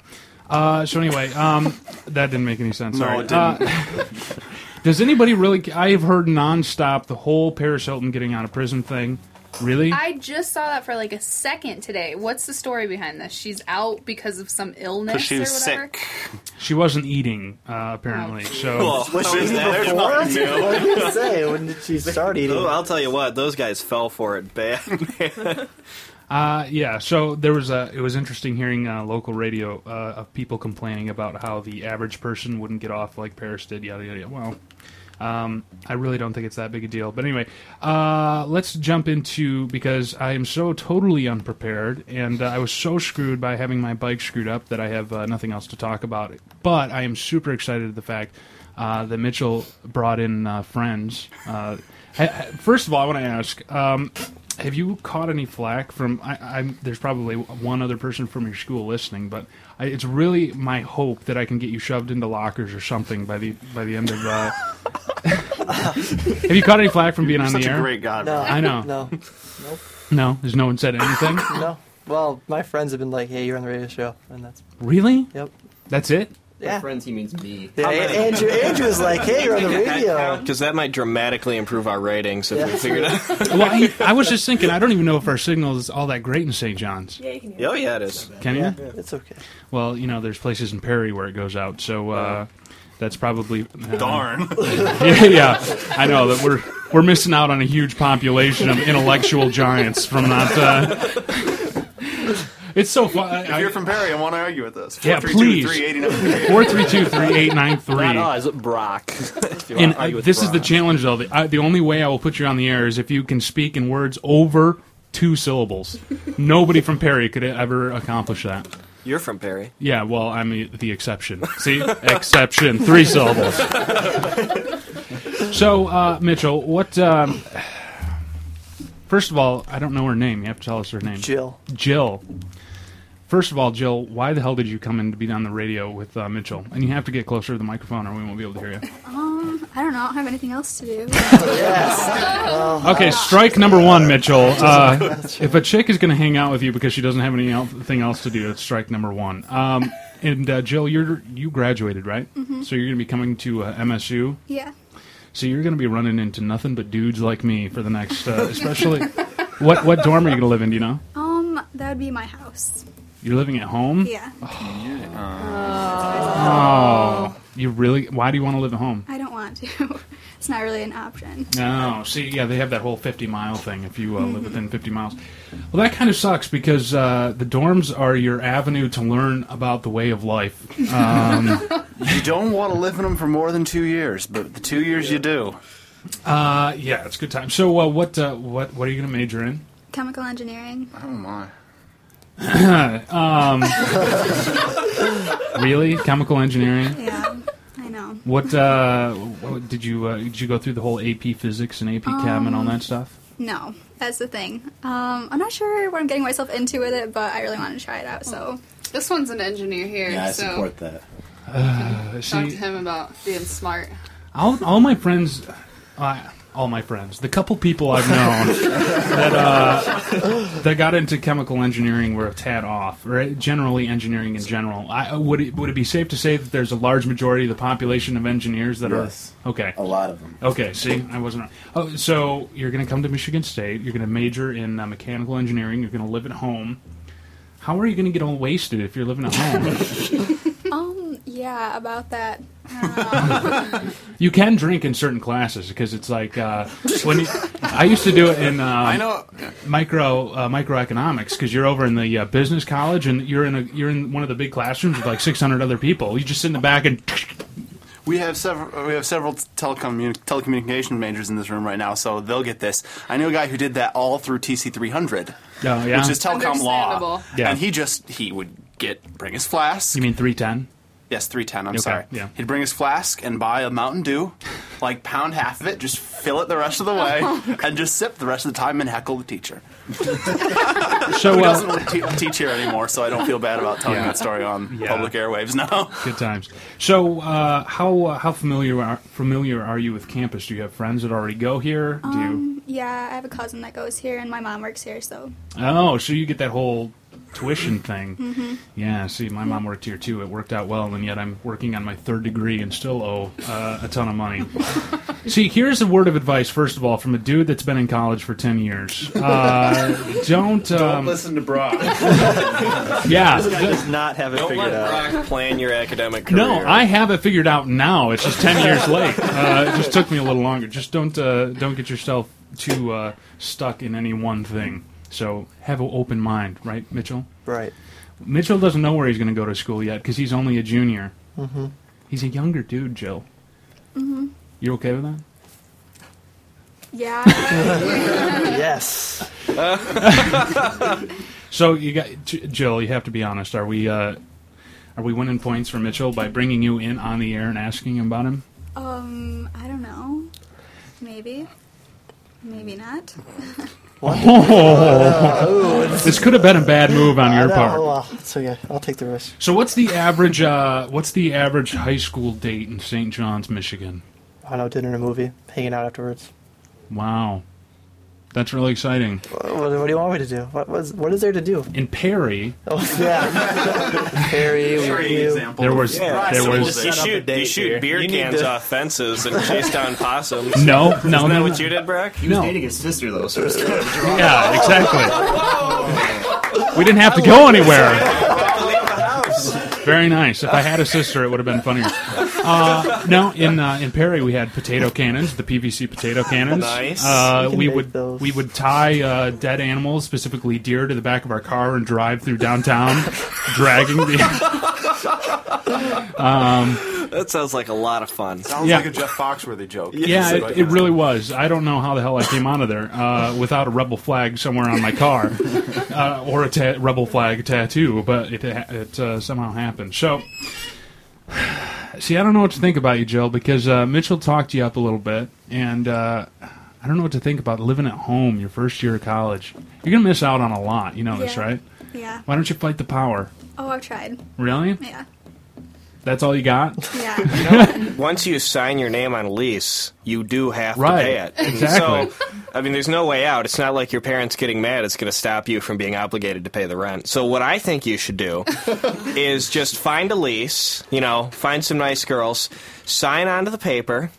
Speaker 8: Uh, so anyway, um, that didn't make any sense.
Speaker 9: No,
Speaker 8: Sorry.
Speaker 9: it didn't.
Speaker 8: Uh, does anybody really? I've heard nonstop the whole Paris Hilton getting out of prison thing. Really?
Speaker 4: I just saw that for like a second today. What's the story behind this? She's out because of some illness
Speaker 9: Because she was
Speaker 4: or whatever.
Speaker 9: sick.
Speaker 8: she wasn't eating uh, apparently. So
Speaker 2: Oh.
Speaker 9: Was Oh, she there's nothing new.
Speaker 6: What did you say? When did she start eating?
Speaker 2: Oh, I'll tell you what, those guys fell for it bad.
Speaker 8: uh, yeah. So there was a. It was interesting hearing uh, local radio uh, of people complaining about how the average person wouldn't get off like Paris did. Yada yada. yada. Well, Um, I really don't think it's that big a deal. But anyway, uh, let's jump into because I am so totally unprepared, and uh, I was so screwed by having my bike screwed up that I have uh, nothing else to talk about. But I am super excited at the fact uh, that Mitchell brought in uh, friends. Uh, ha- ha- first of all, I want to ask. Um, have you caught any flack from? I, I'm, there's probably one other person from your school listening, but I, it's really my hope that I can get you shoved into lockers or something by the by the end of uh, have you caught any flack from being on
Speaker 9: Such
Speaker 8: the
Speaker 9: a
Speaker 8: air?
Speaker 9: great guy.
Speaker 6: no,
Speaker 9: Brock.
Speaker 8: I know.
Speaker 6: No,
Speaker 8: No, has no one said anything?
Speaker 6: no. Well, my friends have been like, "Hey, you're on the radio show," and that's
Speaker 8: really?
Speaker 6: yep.
Speaker 8: That's it?
Speaker 5: By friends, he means me.
Speaker 2: Yeah, Andrew- Andrew was like, "Hey, you're on the
Speaker 5: radio."
Speaker 2: Because that might dramatically improve our ratings if we
Speaker 5: Yeah.
Speaker 2: figured out.
Speaker 8: well, I, I was just thinking, I don't even know if our signal is all that great in St. John's.
Speaker 3: Yeah, you can
Speaker 2: Oh yeah, it is.
Speaker 8: Can you?
Speaker 6: It's okay.
Speaker 8: Well, you know, there's places in Perry where it goes out, so uh, that's probably uh,
Speaker 9: Darn.
Speaker 8: yeah, yeah, I know that we're we're missing out on a huge population of intellectual giants from that. Uh, it's so fun.
Speaker 9: If you're from Perry and want to argue with us,
Speaker 8: Yeah,
Speaker 9: 432
Speaker 8: please.
Speaker 9: 3893.
Speaker 8: Four three two three eight nine
Speaker 7: Not
Speaker 8: three.
Speaker 7: us, Brock. If you wanna
Speaker 8: And I,
Speaker 7: argue with
Speaker 8: uh, this is the
Speaker 7: Brock.
Speaker 8: challenge, though. The, I, the only way I will put you on the air is if you can speak in words over two syllables. Nobody from Perry could ever accomplish that.
Speaker 2: You're from Perry.
Speaker 8: Yeah, well, I'm the- the exception. See, exception, three syllables. So, uh, Mitchell, what? Um, first of all, I don't know her name. You have to tell us her name.
Speaker 6: Jill.
Speaker 8: Jill. First of all, Jill, why the hell did you come in to be on the radio with uh, Mitchell? And you have to get closer to the microphone, or we won't be able to hear you.
Speaker 10: Um, I don't know. I don't have anything else to do. Uh,
Speaker 8: Okay, strike number one, Mitchell. Uh, if a chick is going to hang out with you because she doesn't have anything else to do, that's strike number one. Um, and uh, Jill, you're you graduated, right?
Speaker 10: Mhm.
Speaker 8: So you're going to be coming to uh, MSU.
Speaker 10: Yeah.
Speaker 8: So you're going to be running into nothing but dudes like me for the next, uh, especially. what what dorm are you going to live in? Do you know?
Speaker 10: Um, that would be my house.
Speaker 8: You're living at home.
Speaker 10: Yeah.
Speaker 8: Oh, you really? Why do you want to live at home?
Speaker 10: I don't want to. it's not really an option.
Speaker 8: No, Oh, see, yeah, they have that whole 50 mile thing if you uh,
Speaker 4: Mm-hmm.
Speaker 10: Mhm.
Speaker 8: live within 50 miles. Well, that kind of sucks because uh, the dorms are your avenue to learn about the way of life. Um,
Speaker 9: you don't want to live in them for more than two years, but the two years you do.
Speaker 8: uh, yeah, it's a good time. So, uh, what, uh, what, what are you going to major in?
Speaker 10: Chemical engineering.
Speaker 9: Oh my!
Speaker 8: um, really, chemical engineering?
Speaker 10: Yeah. I know.
Speaker 8: What, uh, what did you uh, did you go through the whole AP physics and AP Chem and all
Speaker 10: Um,
Speaker 8: that stuff?
Speaker 10: No, that's the thing. Um, I'm not sure what I'm getting myself into with it, but I really want to try it out. So
Speaker 4: Oh, This one's an engineer here, so
Speaker 11: that.
Speaker 8: Uh,
Speaker 4: talk to
Speaker 8: see,
Speaker 4: him about being smart.
Speaker 8: all, all my friends, uh, all my friends, the couple people I've known that uh, that got into chemical engineering were a tad off, or generally engineering in general. I, would it would it be safe to say that there's a large majority of the population of engineers that
Speaker 12: Yes.
Speaker 8: are okay?
Speaker 12: A lot of them.
Speaker 8: Okay, see, I wasn't. Oh, so you're going to come to Michigan State. You're going to major in uh, mechanical engineering. You're going to live at home. How are you going to get all wasted if you're living at home?
Speaker 10: um, yeah, about that.
Speaker 8: You can drink in certain classes because it's like uh, when you, I used to do it in um, I
Speaker 9: know
Speaker 8: micro uh, microeconomics because you're over in the uh, business college and you're in a you're in one of the big classrooms with like 600 other people. You just sit in the back and uh,
Speaker 9: We have several. We have several telecom telecommunication majors in this room right now, so they'll get this. I knew a guy who did that all through TC 300,
Speaker 8: Oh, yeah?
Speaker 9: which is telecom law,
Speaker 8: Understandable. Yeah.
Speaker 9: and he just he would get bring his flask.
Speaker 8: You mean 310?
Speaker 9: Yes, 310. I'm
Speaker 8: Okay,
Speaker 9: sorry.
Speaker 8: yeah.
Speaker 9: He'd bring his flask and buy a Mountain Dew, like pound half of it, just fill it the rest of the way, and just sip the rest of the time and heckle the teacher.
Speaker 8: So,
Speaker 9: Who
Speaker 8: uh,
Speaker 9: doesn't te- teach here anymore, so I don't feel bad about telling
Speaker 8: Yeah.
Speaker 9: that story on
Speaker 8: Yeah.
Speaker 9: public airwaves now.
Speaker 8: Good times. So, uh, how uh, how familiar are, familiar are you with campus? Do you have friends that already go here? Do you?
Speaker 10: Um, yeah, I have a cousin that goes here, and my mom works here, so.
Speaker 8: Oh, so you get that whole tuition thing.
Speaker 10: Mhm.
Speaker 8: Yeah, see, my mom worked here too. It worked out well, and yet I'm working on my third degree and still owe uh, a ton of money. see, here's a word of advice, first of all, from a dude that's been in college for 10 years. Uh, don't. Um,
Speaker 12: listen to Brock.
Speaker 8: Yeah.
Speaker 12: This guy does not have it
Speaker 2: Don't
Speaker 12: figured
Speaker 2: let
Speaker 12: out.
Speaker 2: Brock plan your academic career.
Speaker 8: no, I have it figured out now. It's just ten years late. Uh, it just took me a little longer. Just don't uh, don't get yourself too uh, stuck in any one thing. So have an open mind, right, Mitchell?
Speaker 6: Right.
Speaker 8: Mitchell doesn't know where he's going to go to school yet because he's only a junior.
Speaker 6: Mm-hmm.
Speaker 8: He's a younger dude, Jill.
Speaker 10: hmm
Speaker 8: You okay with that?
Speaker 10: Yeah.
Speaker 6: yes.
Speaker 8: So you got J- Jill. You have to be honest. Are we uh, are we winning points for Mitchell by bringing you in on the air and asking him about him?
Speaker 10: Um, I don't know. Maybe. Maybe not.
Speaker 8: Oh, this could have been a bad move on your
Speaker 6: no,
Speaker 8: part.
Speaker 13: Oh,
Speaker 6: well, it's okay. I'll take the risk.
Speaker 8: So what's the average? Uh, what's the average high school date in St. John's, Michigan?
Speaker 6: I don't know, dinner and a movie, hanging out afterwards.
Speaker 8: Wow, That's really exciting.
Speaker 13: What, what do you want me to do? What, what's, what is there to do?
Speaker 8: In Perry,
Speaker 13: Oh yeah, Perry. we
Speaker 14: Great
Speaker 13: do-
Speaker 14: example.
Speaker 8: There was- there
Speaker 14: so we'll
Speaker 8: was-
Speaker 14: just set
Speaker 2: You
Speaker 14: up a
Speaker 2: shoot,
Speaker 14: date
Speaker 2: you shoot
Speaker 14: here.
Speaker 2: beer
Speaker 14: You need
Speaker 2: cans
Speaker 14: to-
Speaker 2: off fences and chase down possums.
Speaker 8: No, no,
Speaker 2: Isn't
Speaker 8: no,
Speaker 2: that
Speaker 8: no.
Speaker 2: what you did, Brock?
Speaker 14: He was dating his sister though, so it's kind of a draw.
Speaker 8: Yeah, exactly. we didn't have to go anywhere. Very nice. If I had a sister, it would have been funnier. Uh, no, in uh, in Perry we had potato cannons, the PVC potato cannons.
Speaker 2: Nice.
Speaker 8: Uh,
Speaker 2: You can
Speaker 8: we
Speaker 2: make
Speaker 8: would we would tie uh, dead animals, specifically deer, to the back of our car and drive through downtown, dragging the. Um,
Speaker 2: That sounds like a lot of fun.
Speaker 9: Sounds
Speaker 8: Yeah.
Speaker 9: like a Jeff Foxworthy joke.
Speaker 8: yeah, it, it really was. I don't know how the hell I came out of there uh, without a rebel flag somewhere on my car, uh, or a ta- rebel flag tattoo, but it ha- it uh, somehow happened. So, see, I don't know what to think about you, Jill, because uh, Mitchell talked you up a little bit, and uh, I don't know what to think about living at home your first year of college. You're gonna miss out on a lot. You know this,
Speaker 10: Yeah.
Speaker 8: right?
Speaker 10: Yeah.
Speaker 8: Why don't you fight the power?
Speaker 10: Oh, I've tried.
Speaker 8: Really?
Speaker 10: Yeah.
Speaker 8: That's all you got?
Speaker 10: Yeah.
Speaker 2: Once you sign your name on a lease, you do have
Speaker 8: Right,
Speaker 2: to pay it. And
Speaker 8: exactly.
Speaker 2: So, I mean, there's no way out. It's not like your parents getting mad is going to stop you from being obligated to pay the rent. So, what I think you should do is just find a lease, you know, find some nice girls, sign onto the paper,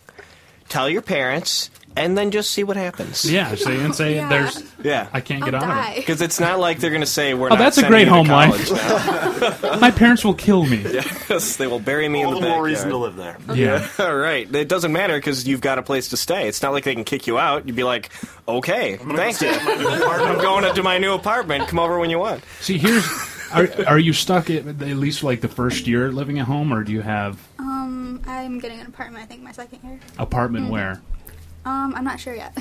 Speaker 2: tell your parents, and then just see what happens.
Speaker 8: Yeah, see, and say Yeah. there's-
Speaker 2: Yeah.
Speaker 8: I can't get I'll out of it. die.
Speaker 2: Because it's not like they're going to say, we're
Speaker 8: Oh,
Speaker 2: not
Speaker 8: that's a
Speaker 2: sending
Speaker 8: great
Speaker 2: you
Speaker 8: home
Speaker 2: to college
Speaker 8: life.
Speaker 2: now.
Speaker 8: My parents will kill me.
Speaker 2: Yes, they will bury me in the,
Speaker 9: the more
Speaker 2: backyard.
Speaker 9: reason to live there.
Speaker 8: Yeah.
Speaker 2: All right. It doesn't matter because you've got a place to stay. It's not like they can kick you out. You'd be like, okay, thank you. I'm going into my new apartment. Come over when you want.
Speaker 8: See, here's are are you stuck at, at least like the first year living at home, or do you have
Speaker 10: Um, I'm getting an apartment. I think my second year.
Speaker 8: apartment where?
Speaker 10: Um, I'm not sure yet.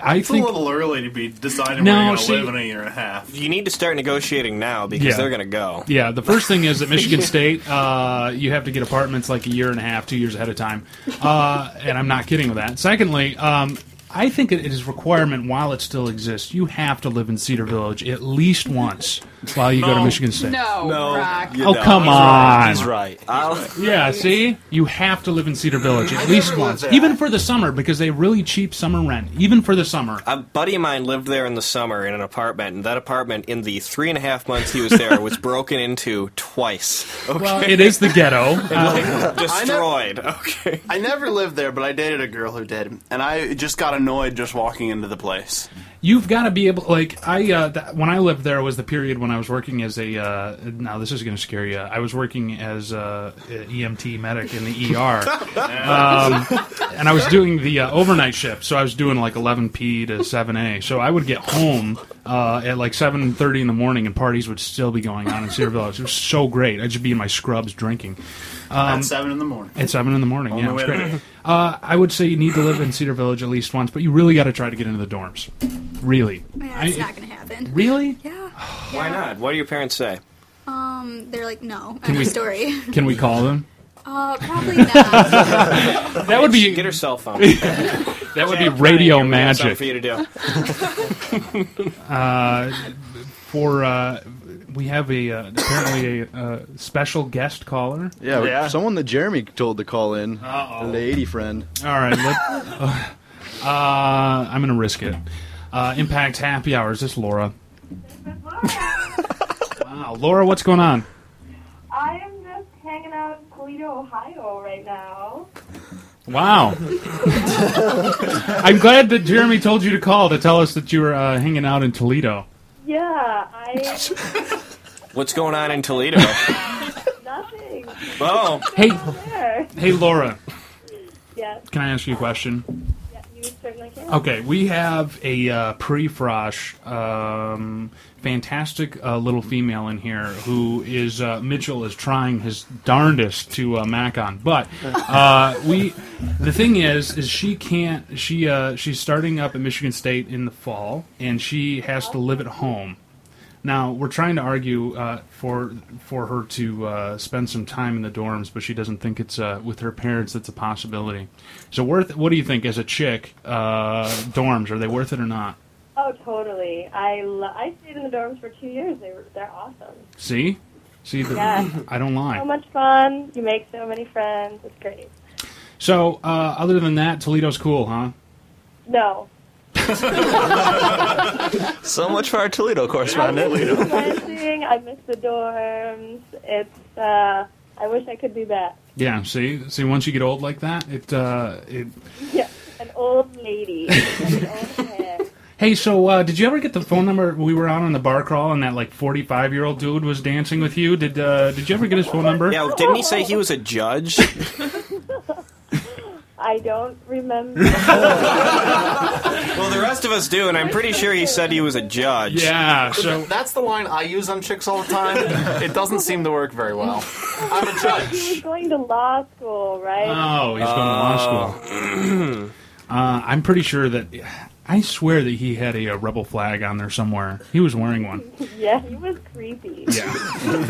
Speaker 8: I
Speaker 14: it's
Speaker 8: think-
Speaker 14: a little early to be deciding
Speaker 8: No,
Speaker 14: where you're going
Speaker 8: see-
Speaker 14: to live in a year and a half.
Speaker 2: You need to start negotiating now because
Speaker 8: Yeah.
Speaker 2: they're going to go.
Speaker 8: Yeah, the first thing is at Michigan State, uh, you have to get apartments like a year and a half, two years ahead of time, uh, and I'm not kidding with that. Secondly, um, I think it is requirement while it still exists. You have to live in Cedar Village at least once while Oh, you go to Michigan State.
Speaker 7: No, Brock.
Speaker 8: you Oh, don't. come He's right. on. He's
Speaker 2: right.
Speaker 8: Yeah, see? You have to live in Cedar Village at least once. Even for the summer, because they really cheap summer rent. Even for the summer.
Speaker 2: A buddy of mine lived there in the summer in an apartment, and that apartment, in the three and a half months he was there, was broken into twice. Okay.
Speaker 8: Well, it is the ghetto. Uh,
Speaker 2: Like,
Speaker 9: destroyed.
Speaker 2: okay.
Speaker 9: I never lived there, but I dated a girl who did, and I just got annoyed just walking into the place.
Speaker 8: You've got to be able, like I, uh, that, when I lived there was the period when I was working as a. Uh, now this is going to scare you. I was working as uh, a EMT medic in the ER, um, and I was doing the uh, overnight shift. So I was doing like 11p to 7a. So I would get home uh, at like 7:30 in the morning, and parties would still be going on in Cedar Village. It was so great. I'd just be in my scrubs drinking. Um,
Speaker 14: At seven in the morning.
Speaker 8: at seven in the morning.
Speaker 14: Only
Speaker 8: yeah, it's
Speaker 14: way to
Speaker 8: great.
Speaker 14: do it.
Speaker 8: Uh, I would say you need to live in Cedar Village at least once, but you really got to try to get into the dorms. Really.
Speaker 10: Yeah, it's
Speaker 8: I-
Speaker 10: not gonna happen.
Speaker 8: Really?
Speaker 10: Yeah.
Speaker 2: Why not? What do your parents say?
Speaker 10: Um, they're like, no,
Speaker 8: Can
Speaker 10: end
Speaker 8: we-
Speaker 10: of story.
Speaker 8: Can we call them?
Speaker 10: Uh, probably not.
Speaker 8: That would be
Speaker 2: get her cell phone.
Speaker 8: that would be radio magic.
Speaker 2: for you to do.
Speaker 8: Uh, for uh, we have a uh, apparently a uh, special guest caller.
Speaker 11: Yeah, someone that Jeremy told to call in.
Speaker 8: Uh-oh.
Speaker 11: The lady friend.
Speaker 8: All right. Let, uh, I'm gonna risk it. Uh, Impact Happy Hour. Is this Laura? wow, Laura, what's going on?
Speaker 15: I am just hanging out in Toledo, Ohio right now.
Speaker 8: Wow. Oh. I'm glad that Jeremy told you to call to tell us that you were uh, hanging out in Toledo.
Speaker 15: Yeah, I
Speaker 2: What's going on in Toledo?
Speaker 15: nothing.
Speaker 2: Oh.
Speaker 8: Hey,
Speaker 15: There.
Speaker 8: hey, Laura.
Speaker 15: Yes,
Speaker 8: Can I ask you a question?
Speaker 15: you certainly can.
Speaker 8: Okay, we have a uh, pre-frosh, um, fantastic uh, little female in here who is uh, Mitchell is trying his darndest to uh, mac on, but uh, we the thing is is she can't she uh, she's starting up at Michigan State in the fall and she has to live at home. Now we're trying to argue uh, for for her to uh, spend some time in the dorms, but she doesn't think it's uh, with her parents. That's a possibility. So worth? What do you think as a chick? Uh, dorms are they worth it or not?
Speaker 15: Oh, totally. I lo- I stayed in the dorms for two years. They were they're awesome.
Speaker 8: See, see, the,
Speaker 15: Yeah.
Speaker 8: I don't
Speaker 15: So
Speaker 8: lie.
Speaker 15: much fun. You make so many friends. It's great.
Speaker 8: So uh, other than that, Toledo's cool, huh?
Speaker 15: No.
Speaker 7: so much for our Toledo correspondent.
Speaker 15: Lansing, I miss the dorms. It's uh, I wish I could be back.
Speaker 8: Yeah, see, see, once you get old like that, it, uh, it.
Speaker 15: Yeah, an old lady. An old hair.
Speaker 8: Hey, so uh, did you ever get the phone number we were on on the bar crawl, and that like forty-five-year-old dude was dancing with you? Did uh, did you ever get his phone number?
Speaker 16: Yeah, didn't he say he was a judge?
Speaker 15: I don't remember.
Speaker 16: Well, the rest of us do, and I'm pretty sure he said he was a judge.
Speaker 9: that's the line I use on chicks all the time. it doesn't seem to work very well. I'm a judge.
Speaker 15: he was going to law school, right?
Speaker 8: Oh, he's going to law school. uh, I'm pretty sure that. I swear that he had a, uh rebel flag on there somewhere. He was wearing one.
Speaker 15: Yeah, he was creepy.
Speaker 8: Yeah.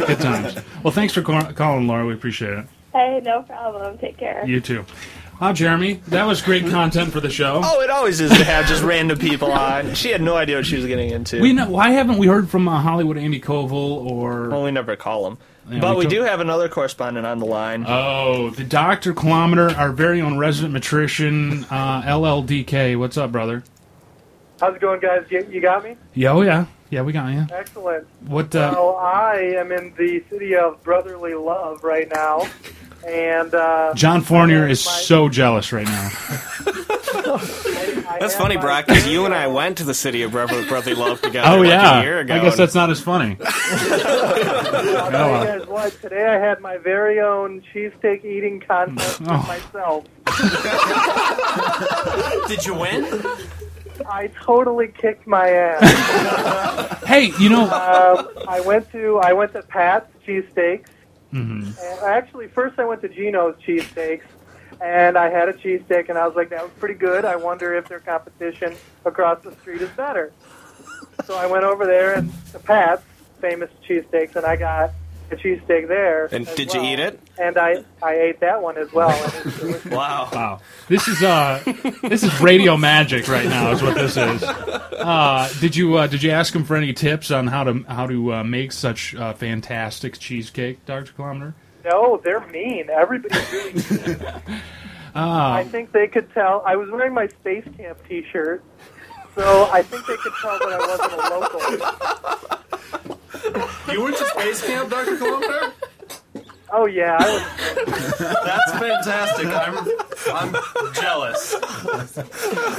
Speaker 8: Good times. Well, thanks for call- calling, Laura. We appreciate it.
Speaker 15: Hey, no problem. Take care.
Speaker 8: You too. Ah, Jeremy, that was great content for the show.
Speaker 7: Oh, it always is to have just random people on. She had no idea what she was getting into.
Speaker 8: We know, why haven't we heard from uh, Hollywood Andy Koval or?
Speaker 7: Well, we never call him.
Speaker 8: Yeah,
Speaker 7: but we,
Speaker 8: we
Speaker 7: do have another correspondent on the line.
Speaker 8: Oh, the Doctor Kilometer, our very own resident matrician, uh, LLDK. What's up, brother?
Speaker 17: How's it going, guys? You, you got me?
Speaker 8: Yeah, oh yeah, yeah, we got you.
Speaker 17: Excellent.
Speaker 8: What? Uh,
Speaker 17: so I am in the city of brotherly love right now, and uh,
Speaker 8: John Fournier is so jealous right now.
Speaker 16: That's funny, Brock, because you and I went to the city of Brother- Brotherly Love together
Speaker 8: oh
Speaker 16: like
Speaker 8: yeah,
Speaker 16: a year ago.
Speaker 8: I guess
Speaker 16: and-
Speaker 8: that's not as funny.
Speaker 17: I'll tell you guys what. Today I had my very own cheesesteak eating contest with
Speaker 8: Oh.
Speaker 17: myself.
Speaker 9: Did you win?
Speaker 17: I totally kicked my ass.
Speaker 8: hey, you know,
Speaker 17: um, I went to I went to Pat's cheesesteaks.
Speaker 8: Mm-hmm.
Speaker 17: And actually, first I went to Gino's cheesesteaks, and I had a cheesesteak, and I was like, that was pretty good. I wonder if their competition across the street is better. So I went over there and to Pat's, famous cheesesteaks, and I got a cheesesteak there.
Speaker 16: And
Speaker 17: as
Speaker 16: did you
Speaker 17: well.
Speaker 16: eat it?
Speaker 17: And I, I ate that one as well. And it- it was
Speaker 16: Wow.
Speaker 8: Wow. This is uh, this is radio magic right now. Is what this is. Uh, did you uh, did you ask him for any tips on how to how to uh, make such uh, fantastic cheesecake, Doctor Kilometer?
Speaker 17: No, they're mean. Everybody's really mean.
Speaker 8: Ah.
Speaker 17: I think they could tell. I was wearing my space camp T-shirt, so I think they could tell that I wasn't a local.
Speaker 9: You went to space camp, Dr. Kilometer?
Speaker 17: Oh yeah, I was.
Speaker 9: That's fantastic. I'm, I'm jealous.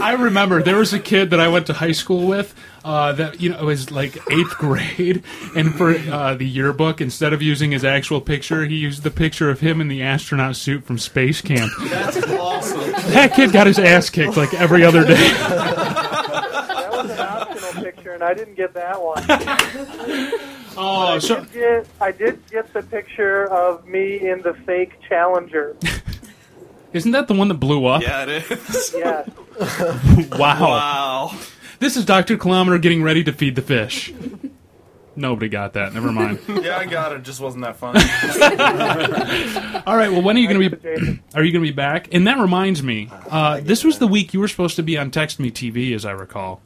Speaker 8: I remember there was a kid that I went to high school with uh, that you know was like eighth grade, and for uh, the yearbook, instead of using his actual picture, he used the picture of him in the astronaut suit from space camp.
Speaker 9: That's awesome.
Speaker 8: That kid got his ass kicked like every other day.
Speaker 17: That was an optional picture, and I didn't get that one.
Speaker 8: Oh,
Speaker 17: I
Speaker 8: so-
Speaker 17: did get, I did get the picture of me in the fake Challenger.
Speaker 8: Isn't that the one that blew up?
Speaker 16: Yeah, it is.
Speaker 17: Yeah.
Speaker 8: wow.
Speaker 16: Wow.
Speaker 8: This is Dr. Kilometer getting ready to feed the fish. Nobody got that. Never mind.
Speaker 9: Yeah, I got it. Just wasn't that funny.
Speaker 8: All right. Well, when are you going to be? Are you going to be back? And that reminds me, uh, this was the week you were supposed to be on Text Me TV, as I recall.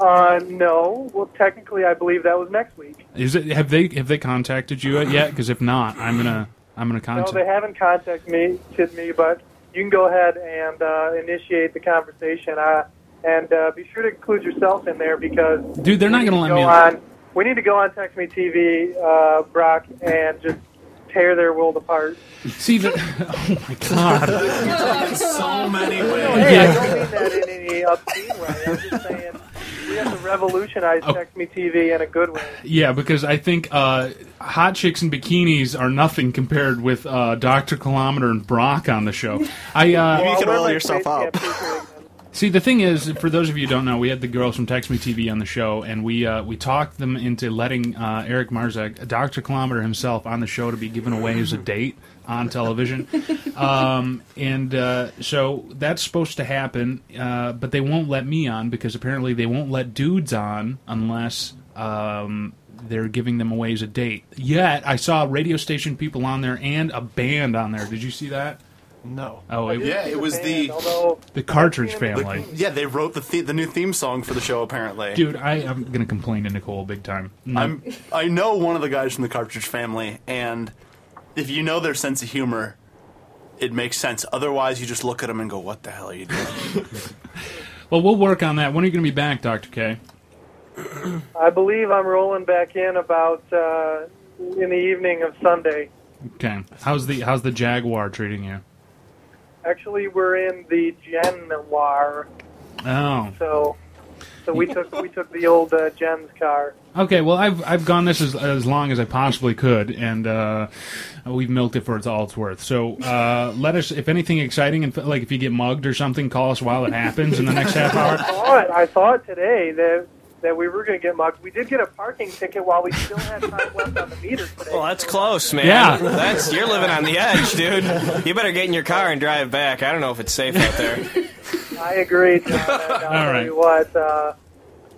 Speaker 17: Uh, no. Well, technically, I believe that was next week.
Speaker 8: Is it? Have they? Have they contacted you yet? Because if not, I'm gonna. I'm gonna contact.
Speaker 17: No, they haven't contacted me. Kid me, but you can go ahead and uh, initiate the conversation. Uh, and uh, be sure to include yourself in there because
Speaker 8: Dude, they're not gonna let
Speaker 17: go
Speaker 8: me.
Speaker 17: on. We need to go on Text Me TV, uh, Brock, and just tear their world apart.
Speaker 8: See the. Oh my god.
Speaker 9: so many ways.
Speaker 17: Hey, I
Speaker 8: Yeah.
Speaker 17: don't mean that in any obscene way. I'm just saying we have to revolutionize
Speaker 8: Oh.
Speaker 17: Text Me TV in a good way.
Speaker 8: Yeah, because I think uh, hot chicks in bikinis are nothing compared with uh, Doctor Kilometer and Brock on the show. I uh,
Speaker 7: Maybe you can oil yourself up.
Speaker 8: See, the thing is, for those of you who don't know, we had the girls from Text Me TV on the show, and we uh, we talked them into letting uh, Eric Marzak, Dr. Kilometer himself, on the show to be given away as a date on television. um, and uh, so that's supposed to happen, uh, but they won't let me on because apparently they won't let dudes on unless. Um, they're giving them away as a date. Yet I saw radio station people on there and a band on there. Did you see that?
Speaker 9: No.
Speaker 8: Oh, it-
Speaker 9: yeah, it was the.
Speaker 8: The Cartridge Family.
Speaker 9: Yeah, they wrote the, the the new theme song for the show. Apparently,
Speaker 8: Dude, I am gonna complain to Nicole big time. No.
Speaker 9: I'm I know one of the guys from the Cartridge Family, and if you know their sense of humor, it makes sense. Otherwise, you just look at them and go, "What the hell are you doing?"
Speaker 8: Well, we'll work on that. When are you going to be back, Doctor K?
Speaker 17: I believe I'm rolling back in about uh, in the evening of Sunday.
Speaker 8: Okay. How's the How's the Jaguar treating you?
Speaker 17: Actually, we're in the Genoir,
Speaker 8: Oh.
Speaker 17: so so we took we took the old uh, Jen's car.
Speaker 8: Okay. Well, I've I've gone this as as long as I possibly could, and uh, we've milked it for its all it's worth. So uh, let us, if anything exciting, and like if you get mugged or something, call us while it happens in the next half
Speaker 17: I
Speaker 8: hour.
Speaker 17: thought I thought today that that we were going to get mugged. We did get a parking ticket while we still had time left on the meter.
Speaker 2: Well, that's close, man.
Speaker 17: Yeah.
Speaker 2: that's you're living on the edge, dude. You better get in your car and drive back. I don't know if it's safe out there.
Speaker 17: I agree, John. And I'll tell
Speaker 2: right.
Speaker 17: you what, uh,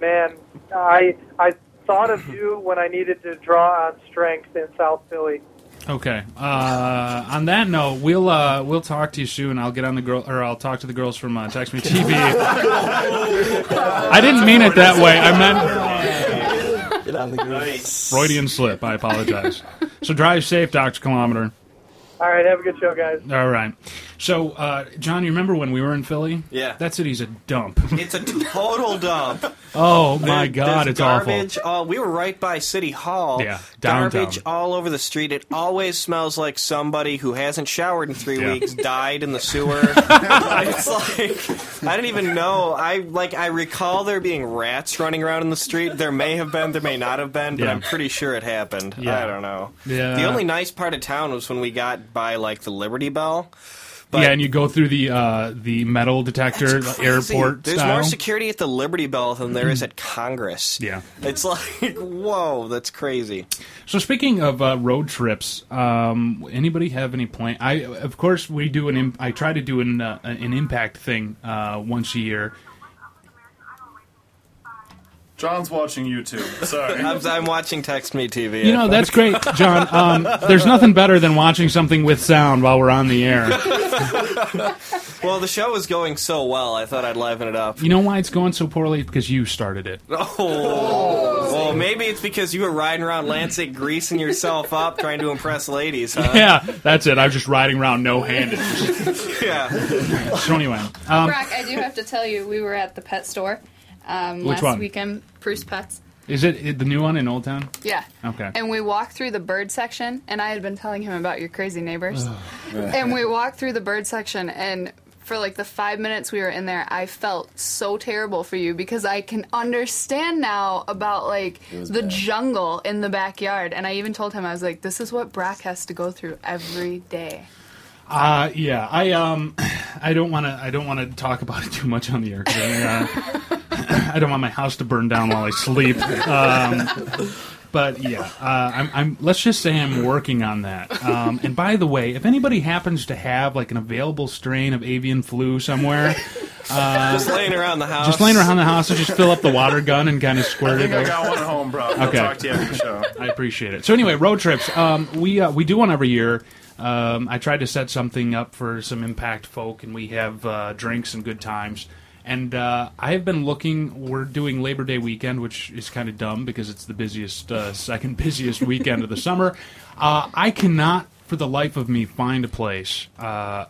Speaker 17: man, I I thought of you when I needed to draw on strength in South Philly.
Speaker 8: Okay. Uh, on that note, we'll uh, we'll talk to you soon. I'll get on the girl, or I'll talk to the girls from uh, Text Me TV. I didn't mean it that way. I meant Freudian slip. I apologize. So drive safe, Doctor Kilometer.
Speaker 17: All right, have a good show, guys.
Speaker 8: All right. So, uh, John, you remember when we were in Philly?
Speaker 2: Yeah.
Speaker 8: That city's a dump.
Speaker 2: It's a total dump.
Speaker 8: Oh my
Speaker 2: There-
Speaker 8: God,
Speaker 2: there's
Speaker 8: it's awful.
Speaker 2: garbage All, we were right by City Hall.
Speaker 8: Yeah, downtown.
Speaker 2: Garbage all over the street. It always smells like somebody who hasn't showered in three
Speaker 8: Yeah.
Speaker 2: weeks died in the sewer. it's like I don't even know. I like I recall there being rats running around in the street. There may have been, there may not have been, but
Speaker 8: Yeah.
Speaker 2: I'm pretty sure it happened.
Speaker 8: Yeah.
Speaker 2: I don't know.
Speaker 8: Yeah.
Speaker 2: The only nice part of town was when we got by like the Liberty Bell.
Speaker 8: yeah, and you go through the uh, the metal detector
Speaker 2: That's crazy.
Speaker 8: airport
Speaker 2: There's
Speaker 8: style. Mm.
Speaker 2: more security at the Liberty Bell than there is at Congress.
Speaker 8: Yeah.
Speaker 2: It's like, whoa, that's crazy.
Speaker 8: So speaking of uh, road trips, um, anybody have any plan? I of course we do an. Im- I try to do an uh, an impact thing uh, once a year.
Speaker 9: John's watching YouTube. Sorry.
Speaker 2: I'm, I'm watching Text Me TV.
Speaker 8: You know that's great, John. Um, there's nothing better than watching something with sound while we're on the air.
Speaker 2: well, the show was going so well, I thought I'd liven it up.
Speaker 8: You know why it's going so poorly? Because you started it.
Speaker 2: Oh. Well, maybe it's because you were riding around Lansing greasing yourself up trying to impress ladies, huh?
Speaker 8: Yeah, that's it. I'm just riding around no-handed.
Speaker 2: yeah.
Speaker 8: So anyway, um,
Speaker 4: Brock, I do have to tell you, we were at the pet store um,
Speaker 8: Which
Speaker 4: last
Speaker 8: one?
Speaker 4: weekend, Bruce Pets.
Speaker 8: is it it- the new one in Old Town?
Speaker 4: Yeah.
Speaker 8: Okay.
Speaker 4: And we walked through the bird section, and I had been telling him about your crazy neighbors. and we walked through the bird section, and for like the five minutes we were in there, I felt so terrible for you because I can understand now about like
Speaker 18: It was
Speaker 4: the
Speaker 18: bad.
Speaker 4: jungle in the backyard. And I even told him, I was like, this is what Brock has to go through every day.
Speaker 8: Uh, yeah, I um, I don't want to. I don't want to talk about it too much on the air. 'cause I, uh, I don't want my house to burn down while I sleep. Um, but yeah, uh, I'm, I'm. Let's just say I'm working on that. Um, and by the way, if anybody happens to have like an available strain of avian flu somewhere, uh,
Speaker 2: just laying around the house.
Speaker 8: just laying around the house, just fill up the water gun and kind of
Speaker 9: I
Speaker 8: squirt
Speaker 9: think
Speaker 8: it.
Speaker 9: I got one at home, bro. I'll
Speaker 8: Okay.
Speaker 9: talk to you after the show.
Speaker 8: I appreciate it. So anyway, road trips. Um, we uh, we do one every year. Um, I tried to set something up for some impact folk, and we have uh, drinks and good times. And uh, I have been looking. We're doing Labor Day weekend, which is kind of dumb because it's the busiest, uh, second busiest weekend of the summer. Uh, I cannot, for the life of me, find a place. Uh,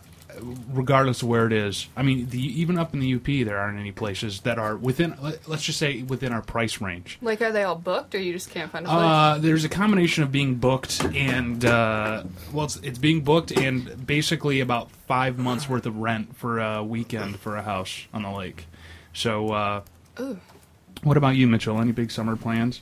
Speaker 8: regardless of where it is. I mean, the, even up in the UP, there aren't any places that are within. let- Let's just say within our price range.
Speaker 4: Like, are they all booked, or you just can't find a place?
Speaker 8: Uh, there's a combination of being booked and uh, well, it's, it's being booked and basically about five months worth of rent for a weekend for a house on the lake. So, uh,
Speaker 4: Ooh.
Speaker 8: what about you, Mitchell? Any big summer plans?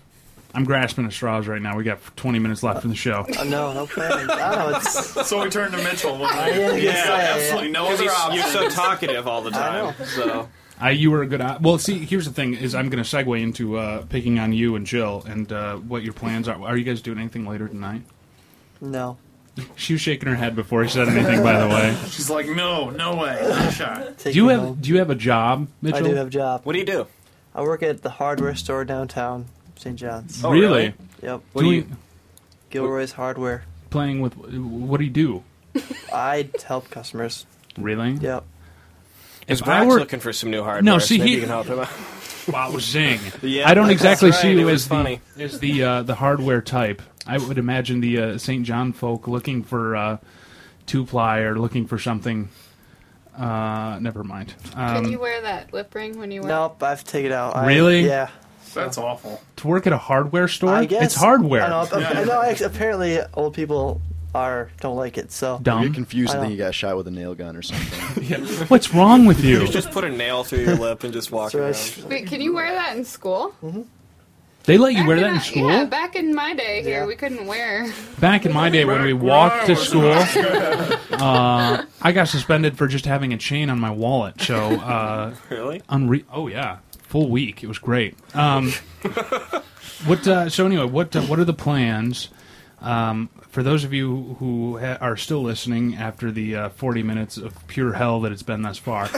Speaker 8: I'm grasping at straws right now. We got 20 minutes left in the show.
Speaker 9: Uh, no, no plans.
Speaker 2: I don't know,
Speaker 9: So we turned to Mitchell. wasn't
Speaker 2: I
Speaker 9: we?
Speaker 2: am
Speaker 9: yeah,
Speaker 2: gonna say,
Speaker 9: absolutely no
Speaker 2: Because
Speaker 9: other
Speaker 2: he's-
Speaker 9: option.
Speaker 2: You're so talkative all the time. So
Speaker 8: I, you were a good. o- Well, see, here's the thing: is I'm going to segue into uh, picking on you and Jill and uh, what your plans are. Are you guys doing anything later tonight?
Speaker 13: No.
Speaker 8: She was shaking her head before he said anything. by the way,
Speaker 9: She's like, no, no way, not a shot.
Speaker 8: do you have do you have a job, Mitchell?
Speaker 13: I do have a job.
Speaker 2: What do you do?
Speaker 13: I work at the hardware store downtown St. John's.
Speaker 8: Oh, Really? really?
Speaker 13: Yep.
Speaker 8: What do you-
Speaker 13: Gilroy's Hardware.
Speaker 8: playing with. What do you do?
Speaker 13: I help customers.
Speaker 8: Really?
Speaker 13: Yep.
Speaker 2: Is
Speaker 8: If I
Speaker 2: Brock's
Speaker 8: were-
Speaker 2: looking for some new hardware?
Speaker 8: No, see,
Speaker 2: so maybe
Speaker 8: he-
Speaker 2: you can help him out.
Speaker 8: Wow, zing!
Speaker 2: Yeah,
Speaker 8: I don't exactly
Speaker 2: that's
Speaker 8: see
Speaker 2: right,
Speaker 8: you
Speaker 2: it was
Speaker 8: as
Speaker 2: funny.
Speaker 8: the as the uh, the hardware type. I would imagine the uh, St. John folk looking for uh, two ply or looking for something Uh, never mind. Um,
Speaker 4: Can you wear that lip ring when you wear?
Speaker 13: Nope, I have to take it out. I-
Speaker 8: Really?
Speaker 13: yeah.
Speaker 19: That's awful.
Speaker 8: to work at a hardware store?
Speaker 13: I guess
Speaker 8: It's hardware.
Speaker 13: I know, ap- I know, ex- apparently old people are don't like it. So
Speaker 8: Dumb.
Speaker 11: You get confused
Speaker 13: I
Speaker 11: and think
Speaker 13: know.
Speaker 11: you got shot with a nail gun or something.
Speaker 8: What's wrong with you?
Speaker 2: You just put a nail through your lip and just walk around.
Speaker 4: Wait, can you wear that in school?
Speaker 18: Mm-hmm.
Speaker 8: They let you wear that in school?
Speaker 4: Yeah, back in my day here, we couldn't wear.
Speaker 8: Back in my day when we walked to school, uh, I got suspended for just having a chain on my wallet. So uh,
Speaker 2: Really?
Speaker 8: unre- oh yeah, full week. It was great. Um, what? Uh, so anyway, what? Uh, what are the plans? Um, for those of you who ha- are still listening after the uh, 40 minutes of pure hell that it's been thus far,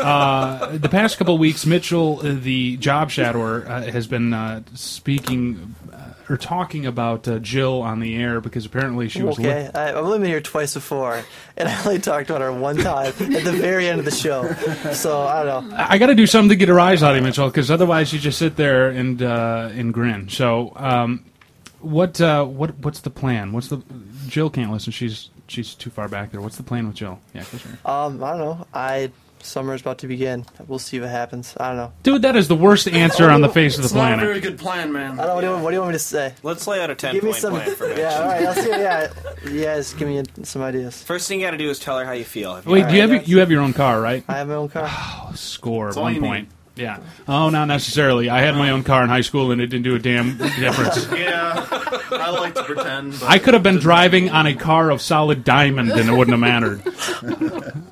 Speaker 8: uh, the past couple weeks, Mitchell, uh, the job shadower, uh, has been uh, speaking uh, or talking about uh, Jill on the air because apparently she was.
Speaker 13: okay, I, I've only been here twice before, and I only talked about her one time at the very end of the show. So I don't know.
Speaker 8: I got to do something to get her eyes out of him, Mitchell, because otherwise you just sit there and uh, and grin. So, um, what uh, what what's the plan? What's the Jill can't listen. She's she's too far back there. What's the plan with Jill? Yeah, for sure.
Speaker 13: Um, I don't know. I summer's about to begin. We'll see what happens. I don't know.
Speaker 8: Dude, that is the worst answer on the face of the planet.
Speaker 13: good plan, man. I don't. What do, you, what do you want me to say?
Speaker 2: Let's lay out a ten
Speaker 13: Give me
Speaker 2: point
Speaker 13: some.
Speaker 2: plan for Mitch.
Speaker 13: yeah. All right. Let's see. Yeah. Yes. Give me some ideas.
Speaker 2: First thing you got to do is tell her how you feel. Have
Speaker 8: Wait, do you have your- you have your own car, right?
Speaker 13: I have my own car.
Speaker 8: Score
Speaker 2: That's all
Speaker 8: one
Speaker 2: you
Speaker 8: point. Yeah. Oh, not necessarily. I had my own car in high school, and it didn't do a damn difference.
Speaker 19: yeah, I like to pretend. But
Speaker 8: I could have been driving on a car of solid diamond, and it wouldn't have mattered.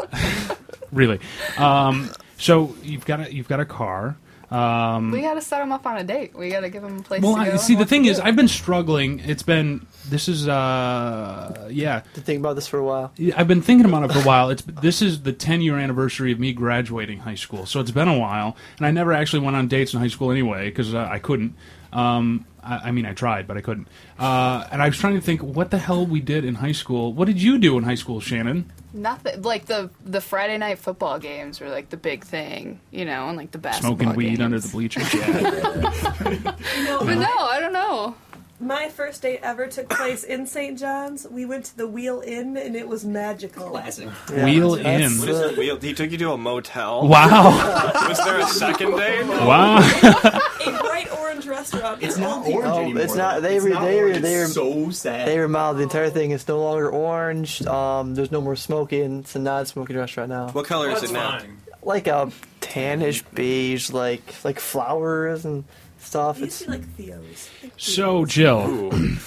Speaker 8: really. Um, so you've got a you've got a car. Um,
Speaker 4: we gotta set him up on a date. We gotta give him a place
Speaker 8: well,
Speaker 4: to go.
Speaker 8: I, see, the thing is, I've been struggling. It's been this is uh yeah.
Speaker 13: To think about this for a while.
Speaker 8: Yeah, I've been thinking about it for a while. It's this is the 10 year anniversary of me graduating high school, so it's been a while, and I never actually went on dates in high school anyway because uh, I couldn't. Um, I, I mean, I tried, but I couldn't. Uh, and I was trying to think, what the hell we did in high school? What did you do in high school, Shannon?
Speaker 4: Nothing like the the Friday night football games were like the big thing, you know, and like the basketball.
Speaker 8: Smoking weed
Speaker 4: games.
Speaker 8: under the bleachers. Yeah.
Speaker 4: But no, I don't know.
Speaker 15: My first date ever took place in St. John's. We went to the Wheel Inn and it was magical.
Speaker 2: Classic.
Speaker 8: Wheel in.
Speaker 2: What is it? Wheel? He took you to a motel.
Speaker 8: Wow.
Speaker 2: Was there a second date?
Speaker 8: Wow.
Speaker 15: A bright orange restaurant. It's not
Speaker 13: Oh, it's not. They re, they re, they re, so sad. They remodeled the entire thing. It's no longer orange. Um, there's no more smoking. It's a non-smoking restaurant now.
Speaker 2: What color is it now?
Speaker 13: Like a tannish beige, like like flowers and stuff. It's
Speaker 15: like Theo's.
Speaker 8: So, Jill,
Speaker 4: I
Speaker 8: do
Speaker 4: don't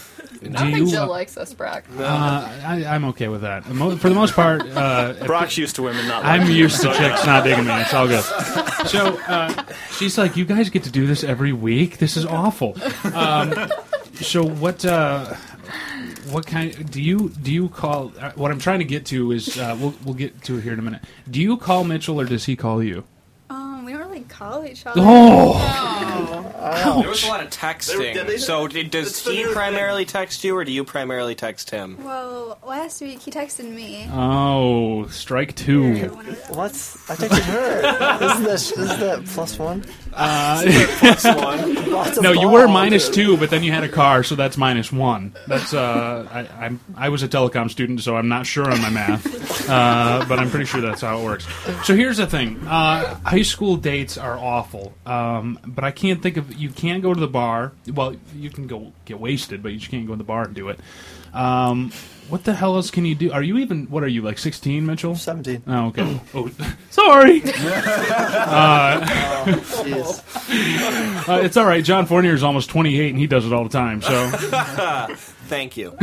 Speaker 4: think
Speaker 8: you?
Speaker 4: Jill
Speaker 8: Uh,
Speaker 4: likes us, Brock.
Speaker 8: I, I'm okay with that. Mo- For the most part, uh,
Speaker 20: Brock's used to women not.
Speaker 8: I'm
Speaker 20: liking
Speaker 8: used
Speaker 20: him,
Speaker 8: to
Speaker 20: so,
Speaker 8: chicks
Speaker 20: yeah.
Speaker 8: not digging me. It's all good. So uh, she's like, "You guys get to do this every week. This is awful." Um, so what? Uh, what kind? Do you do you call? Uh, what I'm trying to get to is uh, we'll we'll get to it here in a minute. Do you call Mitchell or does he call you?
Speaker 10: Um, we don't really call each other.
Speaker 8: Oh. Ouch.
Speaker 2: There was a lot of texting.
Speaker 10: They- they-
Speaker 2: so d- does he primarily text you, or do you primarily text him?
Speaker 10: Well, last week he texted me.
Speaker 8: Oh, strike two.
Speaker 13: What? I texted her. isn't that isn't that plus one?
Speaker 8: Uh,
Speaker 13: Lots of
Speaker 8: no, you were
Speaker 13: balls.
Speaker 8: minus two, but then you had a car, so that's minus one. That's uh, I, I'm I was a telecom student, so I'm not sure on my math, uh, but I'm pretty sure that's how it works. So here's the thing: uh, high school dates are awful, um, but I can't think of you can't go to the bar. Well, you can go get wasted, but you just can't go to the bar and do it. Um, what the hell else can you do? Are you even? What are you like? Sixteen, Mitchell?
Speaker 13: Seventeen.
Speaker 8: Oh, okay. oh, sorry.
Speaker 13: Oh,
Speaker 8: uh, uh, it's all right. John Fournier is almost 28, and he does it all the time. So,
Speaker 2: Thank you.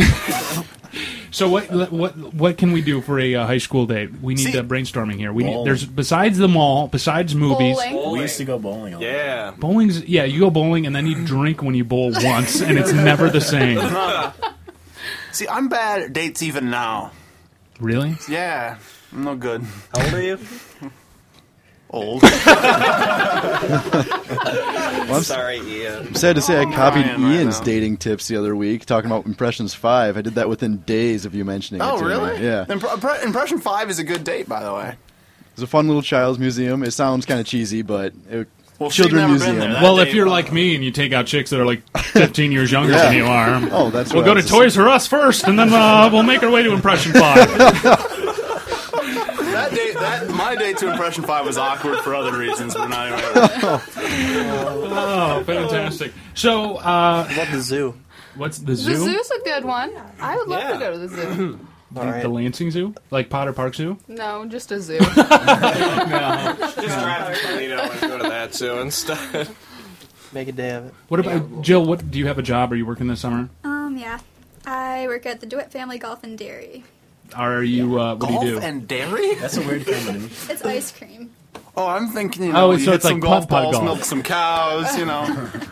Speaker 8: so what what what can we do for a uh, high school date? We need uh, brainstorming here. We need,
Speaker 21: Bowling.
Speaker 8: there's besides the mall, besides movies.
Speaker 21: We used to go bowling. All
Speaker 2: Yeah.
Speaker 8: Bowling's yeah. You go bowling, and then you drink when you bowl once, and it's never the same.
Speaker 9: See, I'm bad at dates even now.
Speaker 8: Really?
Speaker 9: Yeah, I'm no good.
Speaker 2: How old are you?
Speaker 9: Old.
Speaker 11: Well, I'm s-
Speaker 2: Sorry, Ian.
Speaker 11: I'm sad to say I copied
Speaker 9: Ryan Oh, right
Speaker 11: Ian's
Speaker 9: now.
Speaker 11: dating tips the other week, talking about impressions five. I did that within days of you mentioning it.
Speaker 9: oh,
Speaker 11: to me.
Speaker 9: really?
Speaker 11: Yeah.
Speaker 9: Impre- impression five is a good date, by the way.
Speaker 11: It's a fun little child's museum. It sounds kind of cheesy, but it,
Speaker 9: Well, she'd
Speaker 11: children
Speaker 9: never been
Speaker 11: museum.
Speaker 9: there. That
Speaker 8: Well, if you're like me and you take out chicks that are like 15 years younger
Speaker 11: Yeah.
Speaker 8: than you are,
Speaker 11: Oh, that's
Speaker 8: we'll
Speaker 11: what
Speaker 8: go
Speaker 11: I
Speaker 8: to
Speaker 11: was
Speaker 8: Toys R Us first, and then uh, we'll make our way to Impression Five.
Speaker 9: That date, that that, my day to impression five was awkward for other reasons. We're not even.
Speaker 8: Oh, fantastic! So, uh,
Speaker 13: what the zoo?
Speaker 8: What's the zoo?
Speaker 4: The zoo's a good one. I would love to go to the zoo.
Speaker 8: The, the Lansing Zoo, like Potter Park Zoo.
Speaker 4: No, just a zoo.
Speaker 2: Just drive to Toledo and go to that zoo instead.
Speaker 13: Make a day of it.
Speaker 8: What about Jill? What do you have a job? Are you working this summer?
Speaker 10: Um, yeah. I work at the DeWitt Family Golf and Dairy.
Speaker 8: Are you? Uh, what
Speaker 9: Golf
Speaker 8: do you do?
Speaker 9: and dairy? That's a weird thing.
Speaker 10: It's ice cream.
Speaker 9: Oh, I'm thinking. You
Speaker 8: Oh,
Speaker 9: know,
Speaker 8: so
Speaker 9: you hit
Speaker 8: it's like
Speaker 9: some golf
Speaker 8: putt-putt
Speaker 9: balls,
Speaker 8: golf.
Speaker 9: milk some cows. You know,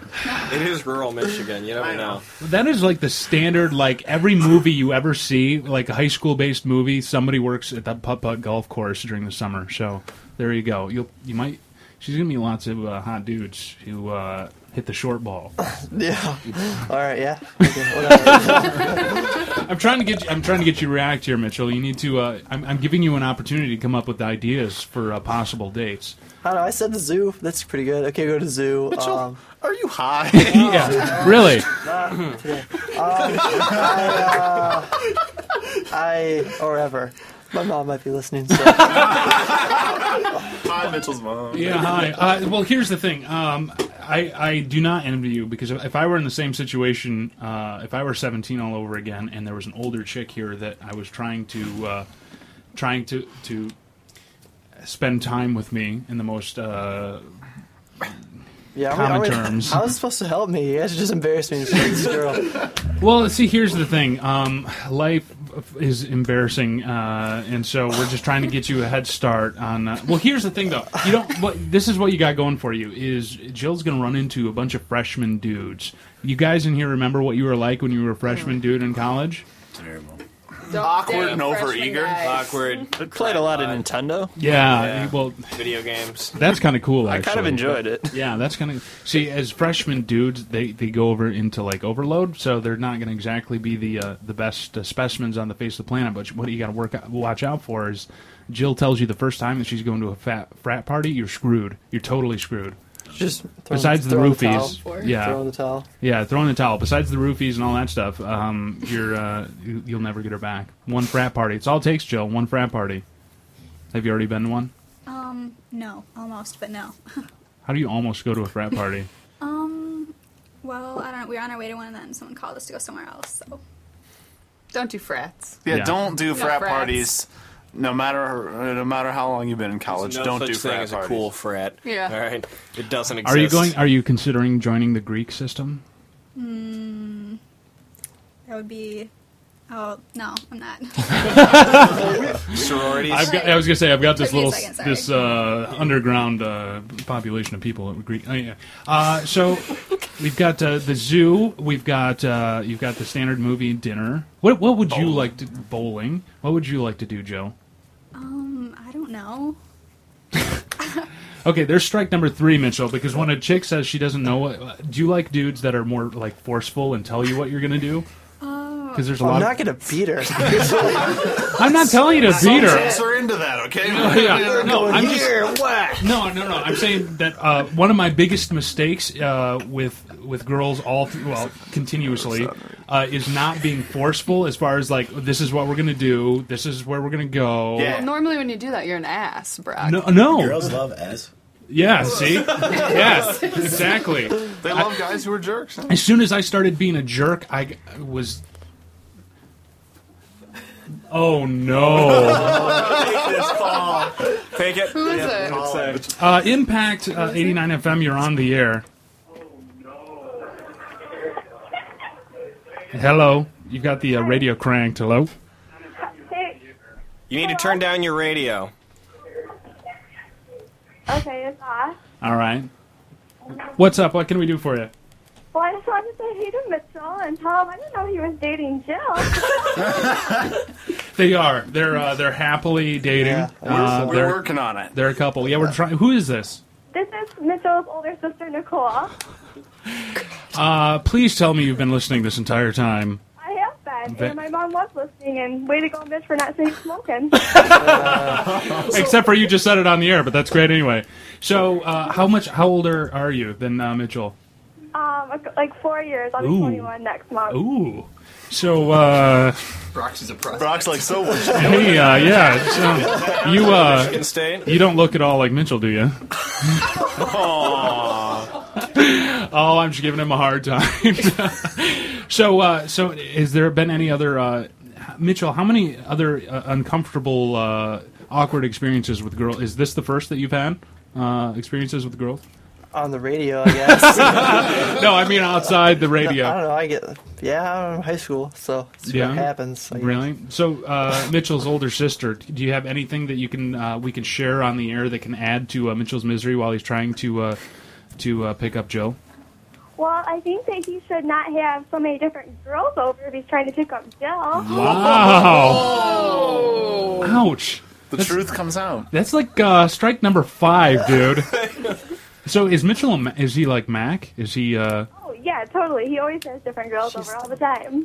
Speaker 2: It is rural Michigan. You never know.
Speaker 8: That is like the standard, like every movie you ever see, like a high school based movie. Somebody works at that putt putt golf course during the summer. So there you go. You'll you might. She's gonna meet lots of uh, hot dudes who uh, hit the short ball.
Speaker 13: Yeah. All right. Yeah. Okay, whatever.
Speaker 8: I'm trying to get you, I'm trying to get you to react here, Mitchell. You need to. Uh, I'm, I'm giving you an opportunity to come up with ideas for uh, possible dates.
Speaker 13: I don't know. I said the zoo. That's pretty good. Okay, go to zoo. Um,
Speaker 9: are you high?
Speaker 8: yeah. Really.
Speaker 13: Not today. Um, I, uh, I or ever. My mom might be listening. So.
Speaker 9: hi Mitchell's mom.
Speaker 8: Yeah, hi. Uh, well, here's the thing. Um, I, I do not envy you because if I were in the same situation, uh, if I were 17 all over again, and there was an older chick here that I was trying to uh, trying to to spend time with me in the most uh,
Speaker 13: Yeah, I'm-
Speaker 8: common
Speaker 13: I'm-
Speaker 8: terms.
Speaker 13: How is it supposed to help me? You guys just embarrassed me in front of this girl.
Speaker 8: Well, see, here's the thing. Um, life is embarrassing, uh, and so we're just trying to get you a head start on. Uh, well, here's the thing, though. You don't. What, this is what you got going for you is Jill's going to run into a bunch of freshman dudes. You guys in here remember what you were like when you were a freshman dude in college?
Speaker 22: Terrible.
Speaker 9: Awkward and overeager.
Speaker 2: Awkward.
Speaker 7: Played a lot of Nintendo.
Speaker 8: Yeah. Well,
Speaker 2: video games.
Speaker 8: that's kind of cool.
Speaker 7: I kind of
Speaker 8: actually.
Speaker 7: enjoyed it.
Speaker 8: Yeah, that's kind of see as freshman dudes, they, they go over into like overload, so they're not going to exactly be the uh, the best uh, specimens on the face of the planet. But what you got to work out, watch out for is Jill tells you the first time that she's going to a fat frat party, you're screwed. You're totally screwed.
Speaker 13: Just throwing-
Speaker 8: besides the
Speaker 13: throwing the
Speaker 8: roofies,
Speaker 13: towel.
Speaker 8: yeah,
Speaker 13: Throwing the towel.
Speaker 8: yeah, throwing the towel. Besides the roofies and all that stuff, um, you're uh, you- you'll never get her back. One frat party. It's all it takes, Jill. One frat party. Have you already been to one?
Speaker 10: Um, no, almost, but no.
Speaker 8: How do you almost go to a frat party?
Speaker 10: Um, well, I don't know. We were on our way to one, and then someone called us to go somewhere else. So
Speaker 4: Don't do frats.
Speaker 9: Yeah, don't do
Speaker 4: No
Speaker 9: frat
Speaker 4: frats.
Speaker 9: parties. No matter no matter how long you've been in college,
Speaker 2: There's no such
Speaker 9: don't do
Speaker 2: thing
Speaker 9: frat
Speaker 2: as a
Speaker 9: parties.
Speaker 2: cool frat.
Speaker 4: Yeah.
Speaker 2: All right. It doesn't exist.
Speaker 8: Are you going? Are you considering joining the Greek system?
Speaker 10: mm, that would be. Oh no, I'm not.
Speaker 2: Sororities.
Speaker 8: I've got, I was gonna say I've got this
Speaker 10: Took me a
Speaker 8: little
Speaker 10: second, sorry.
Speaker 8: this uh, underground uh, population of people. That were Greek. Oh, yeah. uh, so we've got uh, the zoo. We've got uh, you've got the standard movie dinner. What what would you like to bowling? What would you like to do, Joe?
Speaker 10: Um, I don't know.
Speaker 8: Okay, there's strike number three, Mitchell. Because when a chick says she doesn't know what, do you like dudes that are more like forceful and tell you what you're gonna do?
Speaker 10: Oh,
Speaker 8: Because there's a lot.
Speaker 13: I'm
Speaker 8: of-
Speaker 13: not gonna beat her.
Speaker 8: I'm not telling you to beat
Speaker 9: Some
Speaker 8: her.
Speaker 9: chicks are into that, okay?
Speaker 8: yeah. No, I'm just-
Speaker 9: whack.
Speaker 8: No, no, no. I'm saying that uh, one of my biggest mistakes uh, with with girls all th- well continuously uh, is not being forceful as far as like this is what we're gonna do, this is where we're gonna go.
Speaker 4: Well, normally when you do that, you're an ass, Brock.
Speaker 8: Oh. No, no.
Speaker 22: Girls love ass.
Speaker 8: Yeah. See. yes. Exactly.
Speaker 9: They love guys who are jerks.
Speaker 8: As soon as I started being a jerk, I g- I was. Oh no!
Speaker 2: Take it.
Speaker 4: Who is it?
Speaker 8: Uh, Impact uh, 89 FM, you're on the air. Hello, you've got the uh, radio cranked. Hello.
Speaker 15: Hey,
Speaker 2: You need to turn down your radio.
Speaker 15: okay, it's off.
Speaker 8: All right. What's up? What can we do for you?
Speaker 15: Well, I just wanted to say hey to Mitchell and tell him I didn't know he was dating Jill.
Speaker 8: They are. They're uh, they're happily dating. Uh,
Speaker 9: we're
Speaker 8: they're,
Speaker 9: working on it.
Speaker 8: They're a couple. Yeah, we're trying. Who is this?
Speaker 15: This is Mitchell's older sister, Nicole.
Speaker 8: Uh, please tell me you've been listening this entire time.
Speaker 15: I have been,
Speaker 8: Ve-
Speaker 15: and my mom was listening, and way to go, Mitch, for not saying smoking.
Speaker 8: Except for you just said it on the air, but that's great anyway. So, uh, how much? How older are you than uh, Mitchell?
Speaker 15: um, like four years. I'll be
Speaker 8: Ooh.
Speaker 15: 21 next month.
Speaker 8: Ooh. So, uh,
Speaker 23: Brock's is a pro.
Speaker 9: Brock's like so. what?
Speaker 8: Hey, uh, yeah. So you
Speaker 9: Michigan
Speaker 8: uh,
Speaker 9: State.
Speaker 8: you don't look at all like Mitchell, do you? oh, I'm just giving him a hard time. so, uh, so has there been any other uh, Mitchell? How many other uh, uncomfortable, uh, awkward experiences with girls? Is this the first that you've had uh, experiences with girls?
Speaker 13: on the radio, I guess.
Speaker 8: no, I mean outside the radio.
Speaker 13: I don't know. I get yeah, I don't know, high school, so it's
Speaker 8: Yeah.
Speaker 13: what happens. I guess.
Speaker 8: Really? So uh, Mitchell's older sister. Do you have anything that you can uh, we can share on the air that can add to uh, Mitchell's misery while he's trying to uh, to uh, pick up Joe?
Speaker 15: Well, I think that he should not have so many different girls over if he's trying to pick up Jill.
Speaker 8: Wow. Ouch! The
Speaker 23: truth comes out.
Speaker 8: That's like uh, strike number five, dude. so is Mitchell? A, ma- is he like Mac? Is he? Uh,
Speaker 15: Oh, yeah, totally. He always has different girls over all the time.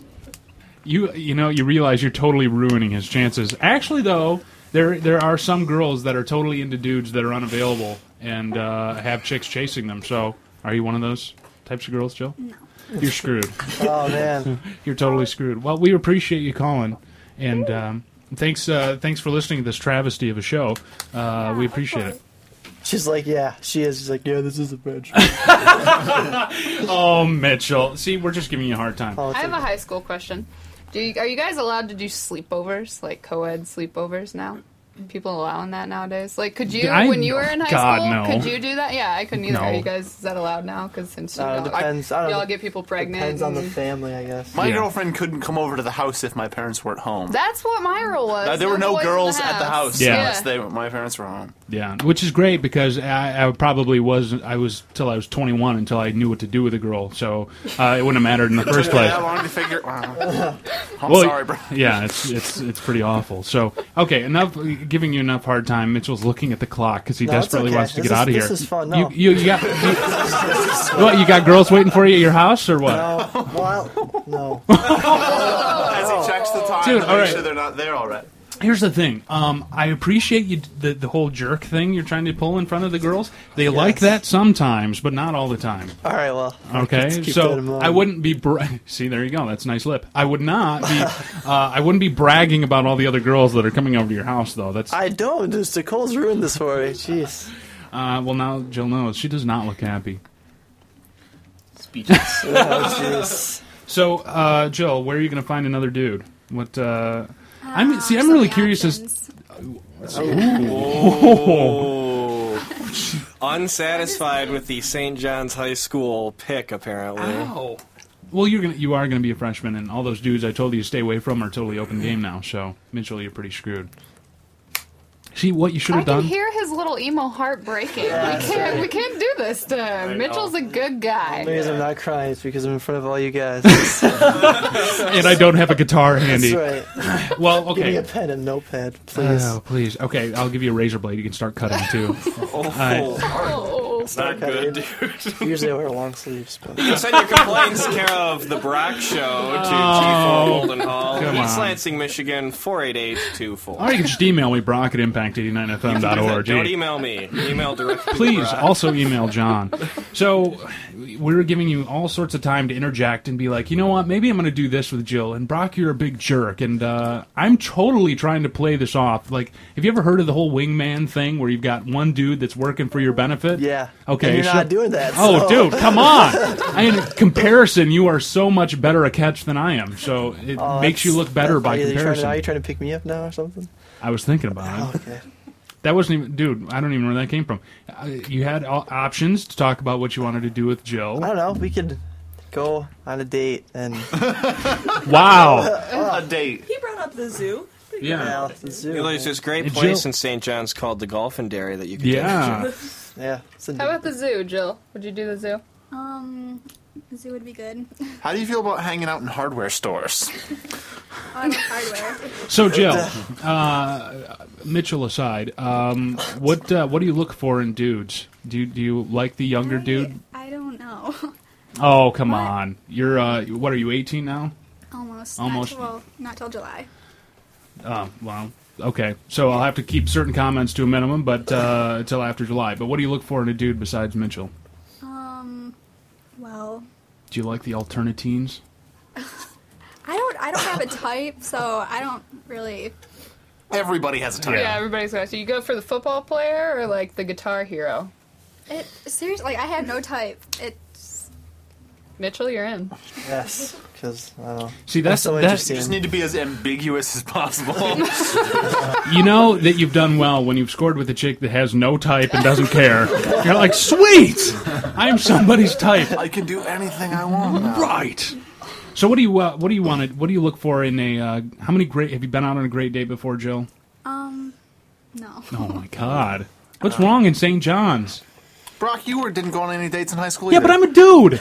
Speaker 8: You you know you realize you're totally ruining his chances. Actually, though, there there are some girls that are totally into dudes that are unavailable and uh, have chicks chasing them. So, are you one of those types of girls, Jill? No. You're screwed.
Speaker 13: Oh, man.
Speaker 8: you're totally screwed. Well, we appreciate you calling, and um, thanks uh, thanks for listening to this travesty of a show. Uh, we appreciate it.
Speaker 13: She's like, yeah, she is. She's like, yeah, this is a bridge.
Speaker 8: Oh, Mitchell. See, we're just giving you a hard time.
Speaker 13: Oh,
Speaker 4: I have a high school question. Do you, are you guys allowed to do sleepovers, like co-ed sleepovers now? People allowing that nowadays? Like, could you
Speaker 13: I-
Speaker 4: when you were in high
Speaker 13: God,
Speaker 4: school?
Speaker 13: no.
Speaker 4: Could you do that? Yeah, I couldn't either.
Speaker 13: No.
Speaker 4: Are you guys is that allowed now? Because since you
Speaker 13: Uh,
Speaker 4: all,
Speaker 13: depends. I
Speaker 4: Are,
Speaker 13: don't-
Speaker 4: y'all get people pregnant.
Speaker 13: Depends on the
Speaker 4: and-
Speaker 13: family, I guess.
Speaker 9: My girlfriend couldn't come over to the house if my parents weren't home.
Speaker 4: That's what my rule was.
Speaker 9: Uh, there were no
Speaker 4: boys in
Speaker 9: girls at the house
Speaker 8: Yeah.
Speaker 9: unless they, my parents were home.
Speaker 8: Yeah, which is great because I, I probably was I was till I was 21 until I knew what to do with a girl, so uh, it wouldn't have mattered in the
Speaker 9: It took
Speaker 8: first
Speaker 9: me
Speaker 8: place.
Speaker 9: That long to figure. Wow. I'm
Speaker 8: Well,
Speaker 9: sorry, bro.
Speaker 8: Yeah, it's it's it's pretty awful. So okay, enough giving you enough hard time. Mitchell's looking at the clock because he
Speaker 13: No, it's
Speaker 8: desperately
Speaker 13: okay.
Speaker 8: wants to
Speaker 13: This
Speaker 8: get
Speaker 13: is-
Speaker 8: out of here.
Speaker 13: this is fun, no.
Speaker 8: You, you, you got what? You got girls waiting for you at your house or what?
Speaker 13: No, well, no.
Speaker 9: As he checks the time
Speaker 8: Dude,
Speaker 9: to make
Speaker 8: all right.
Speaker 9: sure they're not there already.
Speaker 8: Here's the thing. Um, I appreciate you the, the whole jerk thing you're trying to pull in front of the girls. They like that sometimes, but not all the time.
Speaker 13: All right, well. let's
Speaker 8: Okay,
Speaker 13: keep that
Speaker 8: so
Speaker 13: in mind.
Speaker 8: I wouldn't be. Bra- See, there you go. That's a nice lip. I would not be. uh, I wouldn't be bragging about all the other girls that are coming over to your house, though. That's
Speaker 13: I don't. Just Nicole's ruined this for me. Jeez.
Speaker 8: uh, well. Now Jill knows she does not look happy.
Speaker 23: Speechless.
Speaker 13: Oh,
Speaker 8: so, uh, Jill, where are you going to find another dude? What? Uh, I'm see. I'm really curious as. Oh. Ooh.
Speaker 2: Unsatisfied with the St. John's High School pick, apparently.
Speaker 8: Ow. Well, you're gonna you are gonna be a freshman, and all those dudes I told you to stay away from are totally open game now. So Mitchell, you're pretty screwed. See what you should
Speaker 4: I
Speaker 8: have
Speaker 4: can
Speaker 8: done.
Speaker 4: hear his little emo heart breaking.
Speaker 13: Yeah,
Speaker 4: we can't.
Speaker 13: sorry.
Speaker 4: We can't do this to him. Mitchell's a good
Speaker 13: The
Speaker 4: guy.
Speaker 13: reason I'm not crying is because I'm in front of all you guys. That's
Speaker 8: and I don't have a guitar handy.
Speaker 13: right.
Speaker 8: Well, okay.
Speaker 13: Give me a pen and notepad, please.
Speaker 8: Oh, please. Okay, I'll give you a razor blade. You can start cutting too.
Speaker 2: Oh.
Speaker 8: All right.
Speaker 13: It's not good, dude. Usually I wear long sleeves, but
Speaker 2: You can send your complaints care of the Brock Show to
Speaker 8: Oh,
Speaker 2: G4 Golden Hall,
Speaker 8: come
Speaker 2: East
Speaker 8: on.
Speaker 2: Lansing, Michigan, 48824.
Speaker 8: Or you can just email me, brock at
Speaker 2: Don't
Speaker 8: impact89fm.org.
Speaker 2: email me. Email directly. to
Speaker 8: Please
Speaker 2: Brock.
Speaker 8: also email John. So we're giving you all sorts of time to interject and be like, you know what? Maybe I'm going to do this with Jill. And Brock, you're a big jerk. And uh, I'm totally trying to play this off. Like, have you ever heard of the whole wingman thing where you've got one dude that's working for your benefit? Yeah. Okay.
Speaker 13: And you're
Speaker 8: sure.
Speaker 13: not doing that,
Speaker 8: Oh,
Speaker 13: so-
Speaker 8: dude, come on. I, in comparison, you are so much better a catch than I am. So it
Speaker 13: Oh,
Speaker 8: makes you
Speaker 13: that's-
Speaker 8: look better
Speaker 13: that's
Speaker 8: by
Speaker 13: funny. Are you trying to- Oh,
Speaker 8: comparison.
Speaker 13: Are you trying to pick me up now or something?
Speaker 8: I was thinking about it.
Speaker 13: Okay.
Speaker 8: That wasn't even, dude. I don't even know where that came from. Uh, you had all options to talk about what you wanted to do with Jill.
Speaker 13: I don't know. We could go on a date and
Speaker 8: Wow.
Speaker 9: a date.
Speaker 24: He brought up the zoo.
Speaker 8: Yeah.
Speaker 2: You know, there's this great
Speaker 8: And
Speaker 2: place
Speaker 8: Jill-
Speaker 2: in St. John's called the Golfin Dairy that you can
Speaker 8: Yeah.
Speaker 2: Go to.
Speaker 13: yeah.
Speaker 4: How about the zoo, Jill? Would you do the zoo?
Speaker 10: Um, zoo would be good.
Speaker 9: How do you feel about hanging out in hardware stores?
Speaker 10: Oh, I like hardware.
Speaker 8: So Jill, uh, Mitchell aside, um, what uh, what do you look for in dudes? Do you, do you like the younger dude?
Speaker 10: I don't know.
Speaker 8: Oh come on, you're uh, what are you 18 now?
Speaker 10: Almost.
Speaker 8: Almost.
Speaker 10: Not till, well, not till July.
Speaker 8: Oh wow. Okay, so I'll have to keep certain comments to a minimum, but uh, until after July. But what do you look for in a dude besides Mitchell?
Speaker 10: Um, well,
Speaker 8: Do you like the alternatines?
Speaker 10: I don't. I I don't have a type, so I don't really.
Speaker 9: Everybody has a
Speaker 4: Yeah,
Speaker 9: type.
Speaker 4: everybody's got. So you go for the football player or like the guitar hero?
Speaker 10: It seriously, like I have no type. It's
Speaker 4: Mitchell, you're in.
Speaker 13: Yes, because I don't know.
Speaker 8: See, that's-
Speaker 13: so
Speaker 8: that's-
Speaker 13: interesting.
Speaker 9: You just need to be as ambiguous as possible.
Speaker 8: You know that you've done well when you've scored with a chick that has no type and doesn't care. You're like, sweet! I'm somebody's type.
Speaker 9: I can do anything I want. now.
Speaker 8: Right. So what do you uh, what do you want to, what do you look for in a uh, how many great have you been out on a great date before, Jill?
Speaker 10: um, no.
Speaker 8: Oh my god. What's wrong in St. John's?
Speaker 9: Brock, you were, didn't go on any dates in high school.
Speaker 8: Yeah,
Speaker 9: either.
Speaker 8: but I'm a dude.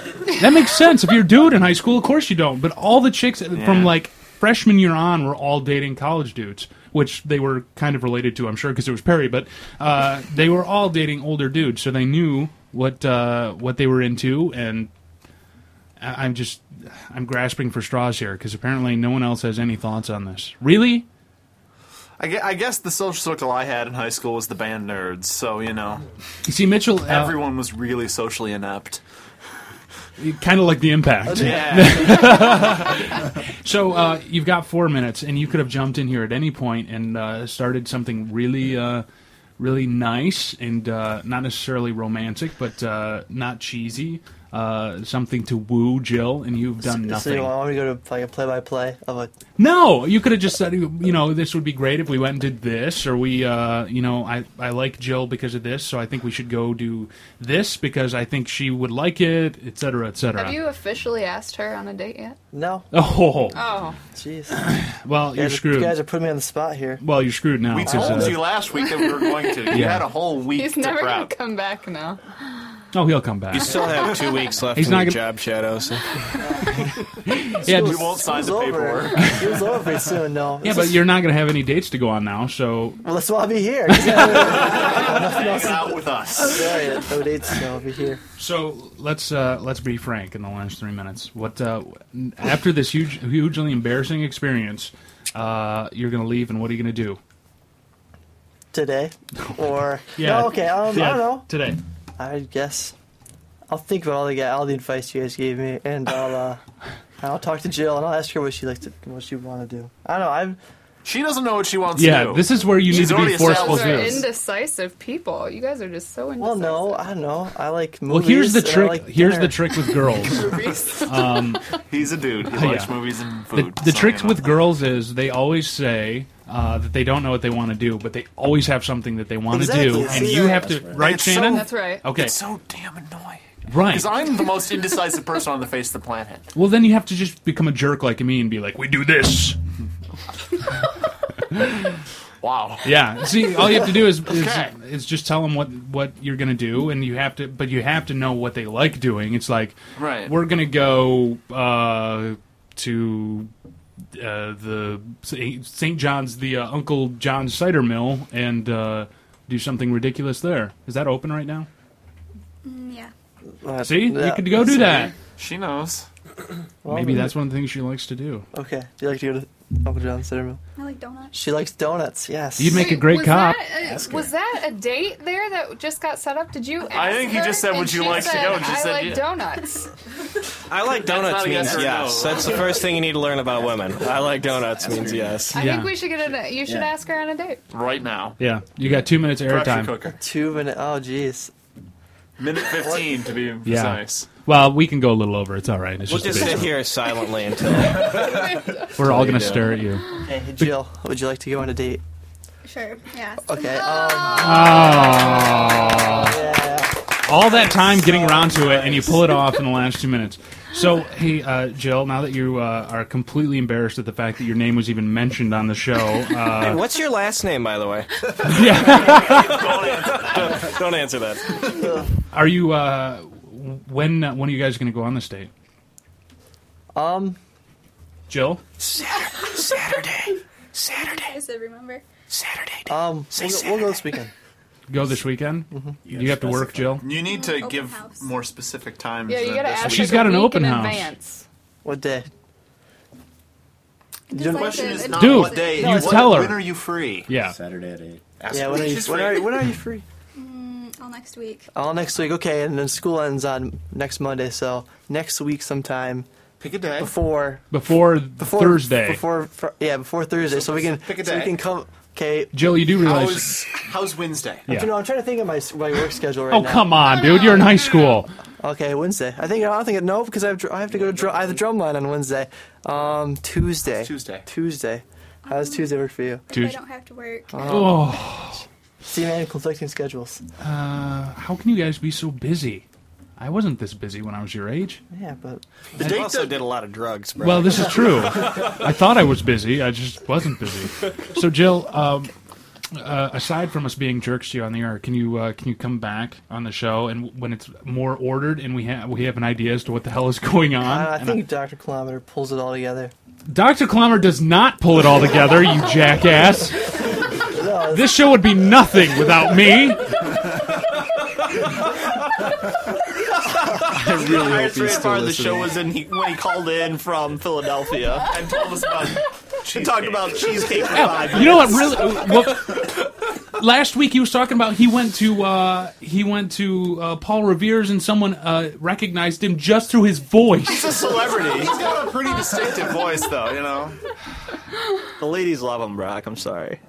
Speaker 8: That makes sense. If you're a dude in high school, of course you don't. But all the chicks from like freshman year on were all dating college dudes, which they were kind of related to, I'm sure, because it was Perry. But uh, they were all dating older dudes, so they knew what uh, what they were into. And I- I'm just I'm grasping for straws here because apparently no one else has any thoughts on this. Really?
Speaker 9: I gue- I guess the social circle I had in high school was the band nerds. So you know,
Speaker 8: You see, Mitchell, uh,
Speaker 9: everyone was really socially inept.
Speaker 8: kind of like the impact.
Speaker 9: Yeah.
Speaker 8: so uh, you've got four minutes, and you could have jumped in here at any point and uh, started something really, uh, really nice and uh, not necessarily romantic, but uh, not cheesy. Uh, something to woo Jill, and you've done
Speaker 13: So you
Speaker 8: nothing.
Speaker 13: want me to go to like a play-by-play of a
Speaker 8: No, you could have just said, you know, this would be great if we went and did this, or we, uh, you know, I, I like Jill because of this, so I think we should go do this because I think she would like it, et cetera, et cetera.
Speaker 4: Have you officially asked her on a date yet?
Speaker 13: no?
Speaker 8: Oh.
Speaker 4: Oh,
Speaker 13: Jeez.
Speaker 8: Well,
Speaker 13: You
Speaker 8: you're
Speaker 13: guys are-
Speaker 8: screwed.
Speaker 13: You guys are putting me on the spot here.
Speaker 8: Well, you're screwed now.
Speaker 9: We
Speaker 8: 'cause,
Speaker 9: told
Speaker 8: uh,
Speaker 9: you last week that we were going to. You
Speaker 8: Yeah.
Speaker 9: had a whole week
Speaker 4: he's
Speaker 9: to
Speaker 4: never
Speaker 9: prep.
Speaker 4: gonna come back now.
Speaker 8: Oh, he'll come back.
Speaker 16: You still have two weeks left
Speaker 8: He's
Speaker 16: in
Speaker 8: not
Speaker 16: your
Speaker 8: gonna-
Speaker 16: job shadows.
Speaker 8: Yeah,
Speaker 9: we
Speaker 8: just-
Speaker 9: won't sign the
Speaker 13: School's over.
Speaker 9: paperwork.
Speaker 13: School's over pretty soon. No.
Speaker 8: Yeah, but you're not going to have any dates to go on now, so.
Speaker 13: Well, that's why I'll be here. Nothing
Speaker 9: else. out with us.
Speaker 13: Yeah, no dates. So I'll be here.
Speaker 8: So let's uh, let's be frank in the last three minutes. What uh, after this huge, hugely embarrassing experience, uh, you're going to leave, and what are you going to do?
Speaker 13: today, or
Speaker 8: Yeah.
Speaker 13: no, okay, um, I
Speaker 8: Yeah,
Speaker 13: don't know.
Speaker 8: Today,
Speaker 13: I guess I'll think about all the all the advice you guys gave me, and I'll uh, I'll talk to Jill and I'll ask her what she likes to what she want to do. I don't know. I'm.
Speaker 9: She doesn't know what she wants
Speaker 8: Yeah,
Speaker 9: to do.
Speaker 8: this is where you
Speaker 9: She's
Speaker 8: need to be
Speaker 9: already
Speaker 8: forceful,
Speaker 4: Those
Speaker 9: established-
Speaker 4: are
Speaker 8: Yes.
Speaker 4: indecisive people. You guys are just so
Speaker 13: Well,
Speaker 4: indecisive.
Speaker 13: no, I don't know. I like
Speaker 8: Well,
Speaker 13: movies.
Speaker 8: here's the
Speaker 13: and I
Speaker 8: trick.
Speaker 13: like
Speaker 8: here's the
Speaker 13: dinner.
Speaker 8: trick with girls. um,
Speaker 9: He's a dude. He
Speaker 8: Yeah.
Speaker 9: likes movies and
Speaker 8: the,
Speaker 9: food.
Speaker 8: the
Speaker 9: so,
Speaker 8: tricks
Speaker 9: you know.
Speaker 8: with girls is they always say uh, that they don't know what they want to do, but they always have something that they want to do,
Speaker 9: Exactly.
Speaker 8: and you have to, right,
Speaker 9: It's so-
Speaker 8: Shannon? Okay,
Speaker 9: It's so damn annoying.
Speaker 8: Right.
Speaker 9: Because I'm the most indecisive person on the face of the planet.
Speaker 8: Well, then you have to just become a jerk like me and be like, "We do this."
Speaker 9: Wow.
Speaker 8: Yeah. See, all you have to do is is,
Speaker 9: Okay.
Speaker 8: is just tell them what what you're gonna do, and you have to, but you have to know what they like doing. It's like,
Speaker 9: Right.
Speaker 8: We're gonna go uh, to uh, the St. John's, the uh, Uncle John's cider mill, and uh, do something ridiculous there. Is that open right now?
Speaker 10: Mm, yeah.
Speaker 13: Uh,
Speaker 8: See, you
Speaker 13: yeah,
Speaker 8: could go do
Speaker 13: see.
Speaker 8: that.
Speaker 9: She knows.
Speaker 13: Well,
Speaker 8: Maybe that's one of the things she likes to do.
Speaker 13: Okay, you like to go to Uncle John's Cider Mill?
Speaker 10: I like donuts.
Speaker 13: She likes donuts. Yes.
Speaker 8: You'd make a
Speaker 4: Wait,
Speaker 8: great
Speaker 4: was
Speaker 8: cop.
Speaker 4: That, uh, was that a date there that just got set up? Did you? Ask
Speaker 9: I think he
Speaker 4: her?
Speaker 9: just said,
Speaker 4: And
Speaker 9: "Would you
Speaker 4: she
Speaker 9: like to
Speaker 4: said,
Speaker 9: go?" And she
Speaker 4: I
Speaker 9: said,
Speaker 4: like
Speaker 9: yeah.
Speaker 4: donuts.
Speaker 16: I like
Speaker 9: That's
Speaker 16: donuts
Speaker 9: not a
Speaker 16: means
Speaker 9: yes or
Speaker 16: yes.
Speaker 9: no.
Speaker 16: That's the first thing you need to learn about women. I like donuts means yes.
Speaker 4: I think we should get a. You should
Speaker 16: Yeah.
Speaker 4: ask her on a date.
Speaker 9: Right now.
Speaker 8: Yeah, you got two minutes of
Speaker 9: Pressure
Speaker 8: airtime.
Speaker 9: cooker.
Speaker 13: Two minute. Oh, jeez.
Speaker 9: Minute 15 to be
Speaker 8: Yeah.
Speaker 9: precise.
Speaker 8: Well, we can go a little over. It's all right. It's
Speaker 16: We'll
Speaker 8: just,
Speaker 16: just
Speaker 8: a
Speaker 16: sit
Speaker 8: bit-
Speaker 16: here silently until
Speaker 8: We're all
Speaker 16: Totally
Speaker 8: going to
Speaker 16: do.
Speaker 8: stare at you.
Speaker 13: Hey, Jill, would you like to go on a date?
Speaker 10: Sure. Yeah.
Speaker 13: Okay. Um,
Speaker 8: All that time getting around to it, and you pull it off in the last two minutes. So, hey, uh, Jill, now that you uh, are completely embarrassed at the fact that your name was even mentioned on the show,
Speaker 16: Hey,
Speaker 8: uh,
Speaker 16: what's your last name, by the way? Don't answer that.
Speaker 8: are you? Uh, when uh, when are you guys going to go on this date?
Speaker 13: um.
Speaker 8: Jill,
Speaker 10: Saturday. Saturday. I said remember. Saturday.
Speaker 13: Um. We'll go, we'll go this weekend. Mm-hmm.
Speaker 8: go this weekend. You have to work, Jill.
Speaker 9: You need to
Speaker 10: Open
Speaker 9: give
Speaker 10: house.
Speaker 9: more specific times.
Speaker 4: Yeah, you
Speaker 9: than
Speaker 4: gotta
Speaker 9: this
Speaker 4: ask.
Speaker 9: week.
Speaker 8: She's
Speaker 4: like
Speaker 8: got
Speaker 4: a
Speaker 8: an
Speaker 4: week
Speaker 8: open
Speaker 4: in
Speaker 8: house.
Speaker 4: Advance.
Speaker 13: What day?
Speaker 9: The question
Speaker 13: Like
Speaker 9: is
Speaker 13: the-
Speaker 9: not
Speaker 8: Dude,
Speaker 9: what day.
Speaker 8: you
Speaker 9: it's
Speaker 8: tell her.
Speaker 9: what- When are you free?
Speaker 8: Yeah.
Speaker 12: Saturday at eight.
Speaker 9: Ask
Speaker 13: Yeah.
Speaker 9: her
Speaker 13: When are you?
Speaker 9: she's
Speaker 13: When
Speaker 9: free.
Speaker 13: are, when are you free?
Speaker 10: Mm, all next week.
Speaker 13: All next week. Okay, and then school ends on next Monday, so next week sometime.
Speaker 25: Pick a day.
Speaker 13: before
Speaker 8: Before Thursday.
Speaker 13: Before fr- yeah, before Thursday, so, we can
Speaker 25: pick a
Speaker 13: so we
Speaker 25: day.
Speaker 13: can come. Okay,
Speaker 8: Jill, you do realize.
Speaker 25: How's, how's Wednesday?
Speaker 13: I'm, trying- I'm trying to think of my s- my work schedule right
Speaker 8: oh
Speaker 13: now.
Speaker 8: come on, dude! You're in high school.
Speaker 13: Okay, Wednesday. I think I don't think it, no because I have dr- I have to go to dr- I have the drum line on Wednesday. Um, Tuesday. Tuesday. Tuesday. How does Tuesday work for you?
Speaker 15: I don't have to work.
Speaker 13: Um,
Speaker 8: Oh.
Speaker 13: See, man, conflicting schedules.
Speaker 8: Uh, how can you guys be so busy? I wasn't this busy when I was your age.
Speaker 13: Yeah, but
Speaker 2: The date also did a lot of drugs, bro.
Speaker 8: Well, this is true. I thought I was busy. I just wasn't busy. So, Jill, um, uh, aside from us being jerks to you on the air, can you uh, can you come back on the show and w- when it's more ordered and we have we have an idea as to what the hell is going on?
Speaker 13: Uh, I, I
Speaker 8: And
Speaker 13: think Doctor Kilometer pulls it all together.
Speaker 8: Dr. Clomer does not pull it all together, you jackass. This show would be nothing without me.
Speaker 7: I
Speaker 8: really hope
Speaker 7: highest
Speaker 8: he's
Speaker 7: rated
Speaker 8: still
Speaker 7: part of the
Speaker 8: listening.
Speaker 7: show was in he, when he called in from Philadelphia and told us about she talked about cheesecake for five.
Speaker 8: You know what?
Speaker 7: minutes.
Speaker 8: Really, what, last week he was talking about he went to uh, he went to uh, Paul Revere's and someone uh, recognized him just through his voice.
Speaker 9: He's a celebrity.
Speaker 7: He's got
Speaker 9: a pretty distinctive voice, though. You know.
Speaker 7: The ladies love him, Brock. I'm sorry.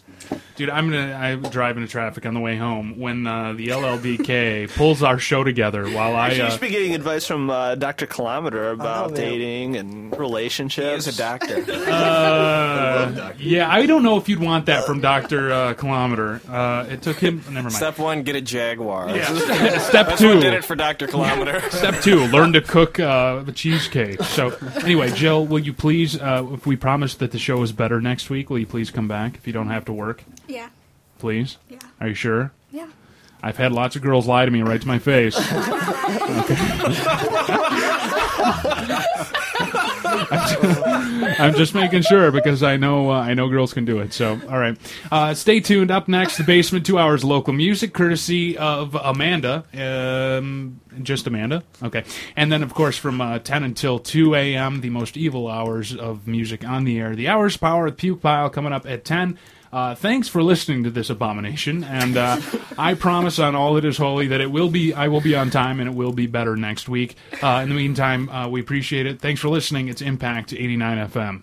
Speaker 8: Dude, I'm gonna I'm driving to traffic on the way home when uh, the LLDK pulls our show together while I.
Speaker 7: Actually, you
Speaker 8: Uh,
Speaker 7: should be getting advice from uh, Doctor Kilometer about
Speaker 8: man.
Speaker 7: dating and relationships. He's a doctor.
Speaker 8: uh, yeah, I don't know if you'd want that from Doctor uh, Kilometer. Uh, it took him. Never mind.
Speaker 2: Step one, get a Jaguar.
Speaker 8: Yeah. Step
Speaker 2: That's
Speaker 8: two.
Speaker 2: What did it for Doctor Kilometer.
Speaker 8: Step two: learn to cook uh, the cheesecake. So, anyway, Jill, will you please, uh, if we promise that the show is better next week, will you please come back if you don't have to work?
Speaker 15: Yeah.
Speaker 8: Please. Yeah. Are you sure?
Speaker 15: Yeah.
Speaker 8: I've had lots of girls lie to me right to my face. I'm just making sure because I know uh, I know girls can do it. So, all right, uh, stay tuned. Up next, the basement. Two hours of local music, courtesy of Amanda. Um, just Amanda. Okay, and then of course from uh, 10 until 2 a.m. the most evil hours of music on the air. The hours of power with Puke Pile coming up at 10. Uh, thanks for listening to this abomination, and uh, I promise on all that is holy that it will be. I will be on time, and it will be better next week. Uh, in the meantime, uh, we appreciate it. Thanks for listening. It's Impact 89 FM.